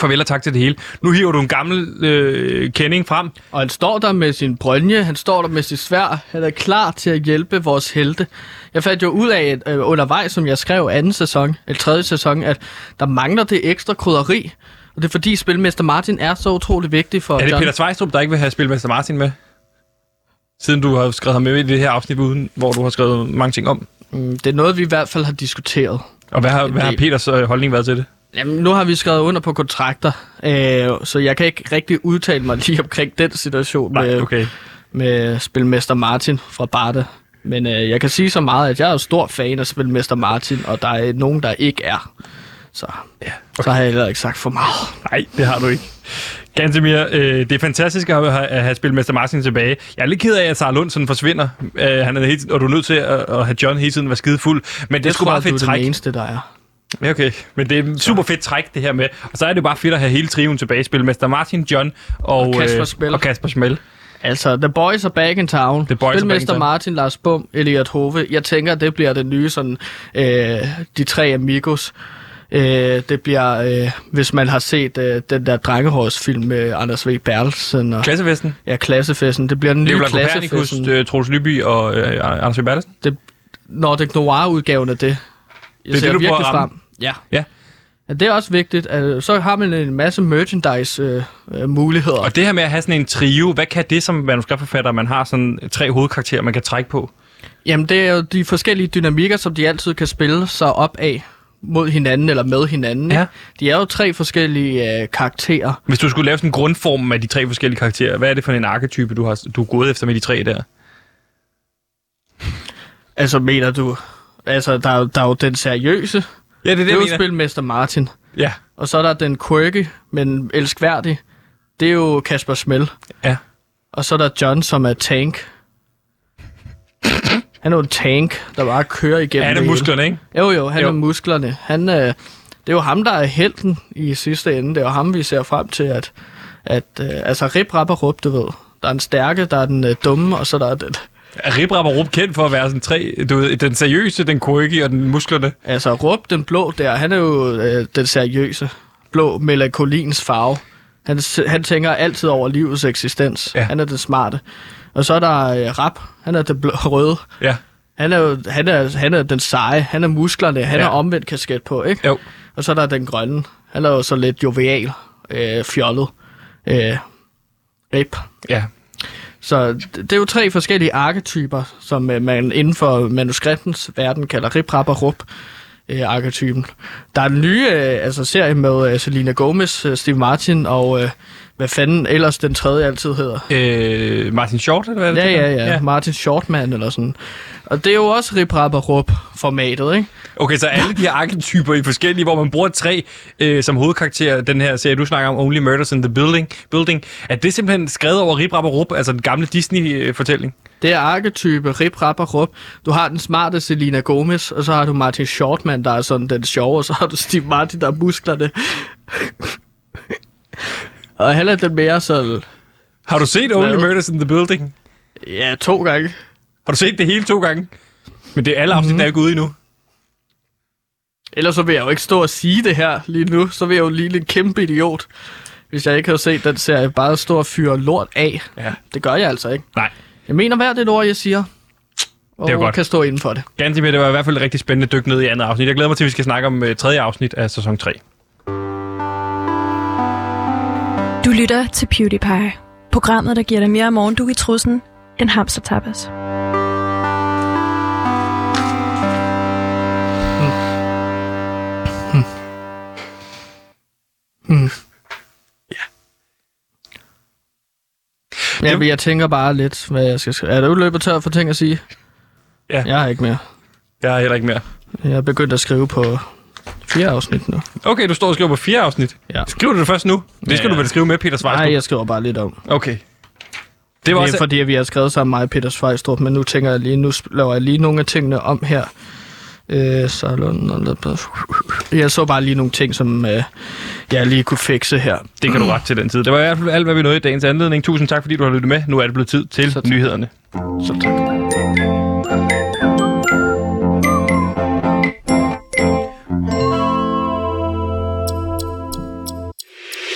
Speaker 1: farvel og tak til det hele. Nu hiver du en gammel øh, kending frem,
Speaker 2: Og han står der med sin brønje, han står der med sit svær, han er klar til at hjælpe vores helte. Jeg fandt jo ud af at, øh, undervejs, som jeg skrev anden sæson, eller tredje sæson, at der mangler det ekstra krydderi. Og det er fordi Spilmester Martin er så utrolig vigtig for
Speaker 1: Er det
Speaker 2: John.
Speaker 1: Peter Svejstrup, der ikke vil have Spilmester Martin med? Siden du har skrevet ham med i det her afsnit uden, hvor du har skrevet mange ting om.
Speaker 2: Mm, Det er noget, vi i hvert fald har diskuteret.
Speaker 1: Og hvad har, hvad har
Speaker 2: del.
Speaker 1: Peters øh, holdning været til det?
Speaker 2: Jamen, nu har vi skrevet under på kontrakter, øh, så jeg kan ikke rigtig udtale mig lige omkring den situation
Speaker 1: Nej,
Speaker 2: med,
Speaker 1: okay.
Speaker 2: med Spilmester Martin fra Barte. Men øh, jeg kan sige så meget, at jeg er jo stor fan af Spilmester Martin, og der er nogen, der ikke er. Så, ja, okay. så har jeg heller ikke sagt for meget.
Speaker 1: Nej, det har du ikke. Gantemir, øh, det er fantastisk at have, at have Spilmester Martin tilbage. Jeg er lidt ked af, at Sara Lund sådan forsvinder, øh, han er hele tiden, og du er nødt til at, at have John hele tiden være skide fuld. Men det, det er sgu
Speaker 2: tror,
Speaker 1: meget
Speaker 2: du er
Speaker 1: fedt
Speaker 2: den
Speaker 1: træk.
Speaker 2: eneste, der er.
Speaker 1: Ja, okay. Men det er super fedt træk, det her med. Og så er det jo bare fedt at have hele triven tilbage. Spilmester Martin, John og, og
Speaker 2: Kasper Schmell.
Speaker 1: og Kasper Schmell.
Speaker 2: Altså, The Boys are back in town.
Speaker 1: The Boys are back in
Speaker 2: Spilmester
Speaker 1: town.
Speaker 2: Martin, Lars Bum, Elliot Hove. Jeg tænker, det bliver det nye, sådan, øh, de tre amigos. Øh, det bliver, øh, hvis man har set øh, den der drengehårsfilm med Anders V. Bertelsen og
Speaker 1: Klassefesten.
Speaker 2: ja, Klassefesten. Det bliver den nye
Speaker 1: Nicolai Kopernikus,
Speaker 2: Klassefesten.
Speaker 1: øh, Troels Lyby og øh, Anders V. Bertelsen.
Speaker 2: det Nordic Noir-udgaven af det. Jeg
Speaker 1: det,
Speaker 2: ser
Speaker 1: du prøver
Speaker 2: virkelig
Speaker 1: at ramme.
Speaker 2: frem. Ja.
Speaker 1: Ja.
Speaker 2: Ja, det er også vigtigt. At, så har man en masse merchandise-muligheder. Øh, øh,
Speaker 1: Og det her med at have sådan en trio, hvad kan det som manuskriptforfatter, man har sådan tre hovedkarakterer, man kan trække på?
Speaker 2: Jamen, det er jo de forskellige dynamikker, som de altid kan spille sig op af mod hinanden eller med hinanden.
Speaker 1: Ja.
Speaker 2: ikke? De er jo tre forskellige øh, karakterer.
Speaker 1: Hvis du skulle lave sådan en grundform af de tre forskellige karakterer, hvad er det for en arketype, du har du er gået efter med de tre der?
Speaker 2: Altså, mener du... Altså, der, er jo- der er jo den seriøse. Det,
Speaker 1: Ja, det er det,
Speaker 2: det er jo spilmester Martin.
Speaker 1: Ja,
Speaker 2: Og så er der den quirky, men elskværdig. Det er jo Kasper Smell.
Speaker 1: ja.
Speaker 2: Og så er der John, som er tank. Han er jo en tank, der bare kører igennem
Speaker 1: Er
Speaker 2: det
Speaker 1: det
Speaker 2: hele.
Speaker 1: musklerne, ikke?
Speaker 2: Jo, jo, han
Speaker 1: Jo.
Speaker 2: jo. er musklerne. Han, øh, det er jo ham, der er helten i sidste ende. Det er jo ham, vi ser frem til, at... at øh, altså, rip, rap og rup, du ved. Der er den stærke, der er den øh, dumme, og så der er den...
Speaker 1: Er Rip Rap og Rup kendt for at være sådan tre, du ved, den seriøse, den quirky og den musklerne?
Speaker 2: Altså, rup, den blå der, han er jo øh, den seriøse. Blå melankolins farve. Han, s- han tænker altid over livets eksistens.
Speaker 1: Ja.
Speaker 2: Ja. Han er den smarte. Og så er der øh, rap, han er den blå, røde.
Speaker 1: Ja.
Speaker 2: Han er, jo, han, er, han er den seje, han er musklerne, han
Speaker 1: Ja.
Speaker 2: ja. er omvendt kasket på, ikke?
Speaker 1: Jo.
Speaker 2: Og så er der den grønne. Han er jo så lidt jovial, øh, fjollet. Øh, rip.
Speaker 1: Ja.
Speaker 2: Så det, det er jo tre forskellige arketyper, som øh, man inden for manuskriptens verden kalder rip, rap og rup øh, arketypen. Der er den nye øh, altså, serie med øh, Selena Gomez, øh, Steve Martin og øh, hvad fanden ellers den tredje altid hedder.
Speaker 1: Øh, Martin Short, eller hvad er
Speaker 2: Ja,
Speaker 1: det?
Speaker 2: ja, ja, ja. Martin Shortman eller sådan. Og det er jo også rip, rap og rup formatet, ikke?
Speaker 1: Okay, så alle de her arketyper i forskellige, hvor man bruger tre øh, som hovedkarakter, den her serie, du snakker om, Only Murders in the Building, building er det simpelthen skrevet over Rip Rap og Rup, altså den gamle Disney-fortælling?
Speaker 2: Det er arketype, rip, rap og rup. Du har den smarte Selena Gomez, og så har du Martin Shortman, der er sådan den sjove, og så har du Steve Martin, der er musklerne. og han er den mere sådan,
Speaker 1: Har du set Only
Speaker 2: Hvad?
Speaker 1: Murders in the Building?
Speaker 2: ja, to gange.
Speaker 1: Har du set det hele to gange? Men det er alle afsnit,
Speaker 2: Mhm.
Speaker 1: mm-hmm. der er ikke ude endnu.
Speaker 2: Ellers så vil jeg jo ikke stå og sige det her lige nu, så vil jeg jo lige en kæmpe idiot. Hvis jeg ikke havde set den serie, bare stå og fyre lort af.
Speaker 1: Ja.
Speaker 2: Det gør jeg altså ikke.
Speaker 1: Nej.
Speaker 2: Jeg mener hvert det ord, jeg siger. Og
Speaker 1: Det er jo godt.
Speaker 2: kan stå inden for det.
Speaker 1: Ganske med, det var i hvert fald et rigtig spændende dyk ned i andet afsnit. Jeg glæder mig til, at vi skal snakke om øh, tredje afsnit af sæson 3.
Speaker 7: Du lytter til PewDiePie. Programmet, der giver dig mere morgendug i trussen end hamstertapas.
Speaker 2: Ja, men jeg tænker bare lidt, hvad jeg skal... Er du løbet tør for ting at sige?
Speaker 1: Ja.
Speaker 2: Jeg har ikke mere.
Speaker 1: Jeg har heller ikke mere.
Speaker 2: Jeg er begyndt at skrive på fire afsnit nu.
Speaker 1: Okay, du står og skriver på fire afsnit.
Speaker 2: Ja.
Speaker 1: Skriver du det først nu? Det skal
Speaker 2: Ja,
Speaker 1: du
Speaker 2: ja.
Speaker 1: vel skrive med Peter Svejstrup?
Speaker 2: Nej, jeg skriver bare lidt om.
Speaker 1: Okay. Det
Speaker 2: Det
Speaker 1: var
Speaker 2: er
Speaker 1: også...
Speaker 2: fordi, at vi har skrevet sammen mig og Peter Svejstrup, men nu tænker jeg lige, nu sp- laver jeg lige nogle af tingene om her. Øh, så jeg så bare lige nogle ting, som øh, jeg lige kunne fikse her.
Speaker 1: Det kan du ret til den tid. Det var i hvert fald alt, hvad vi nåede i dagens anledning. Tusind tak, fordi du har lyttet med. Nu er det blevet tid til nyhederne.
Speaker 2: Så tak.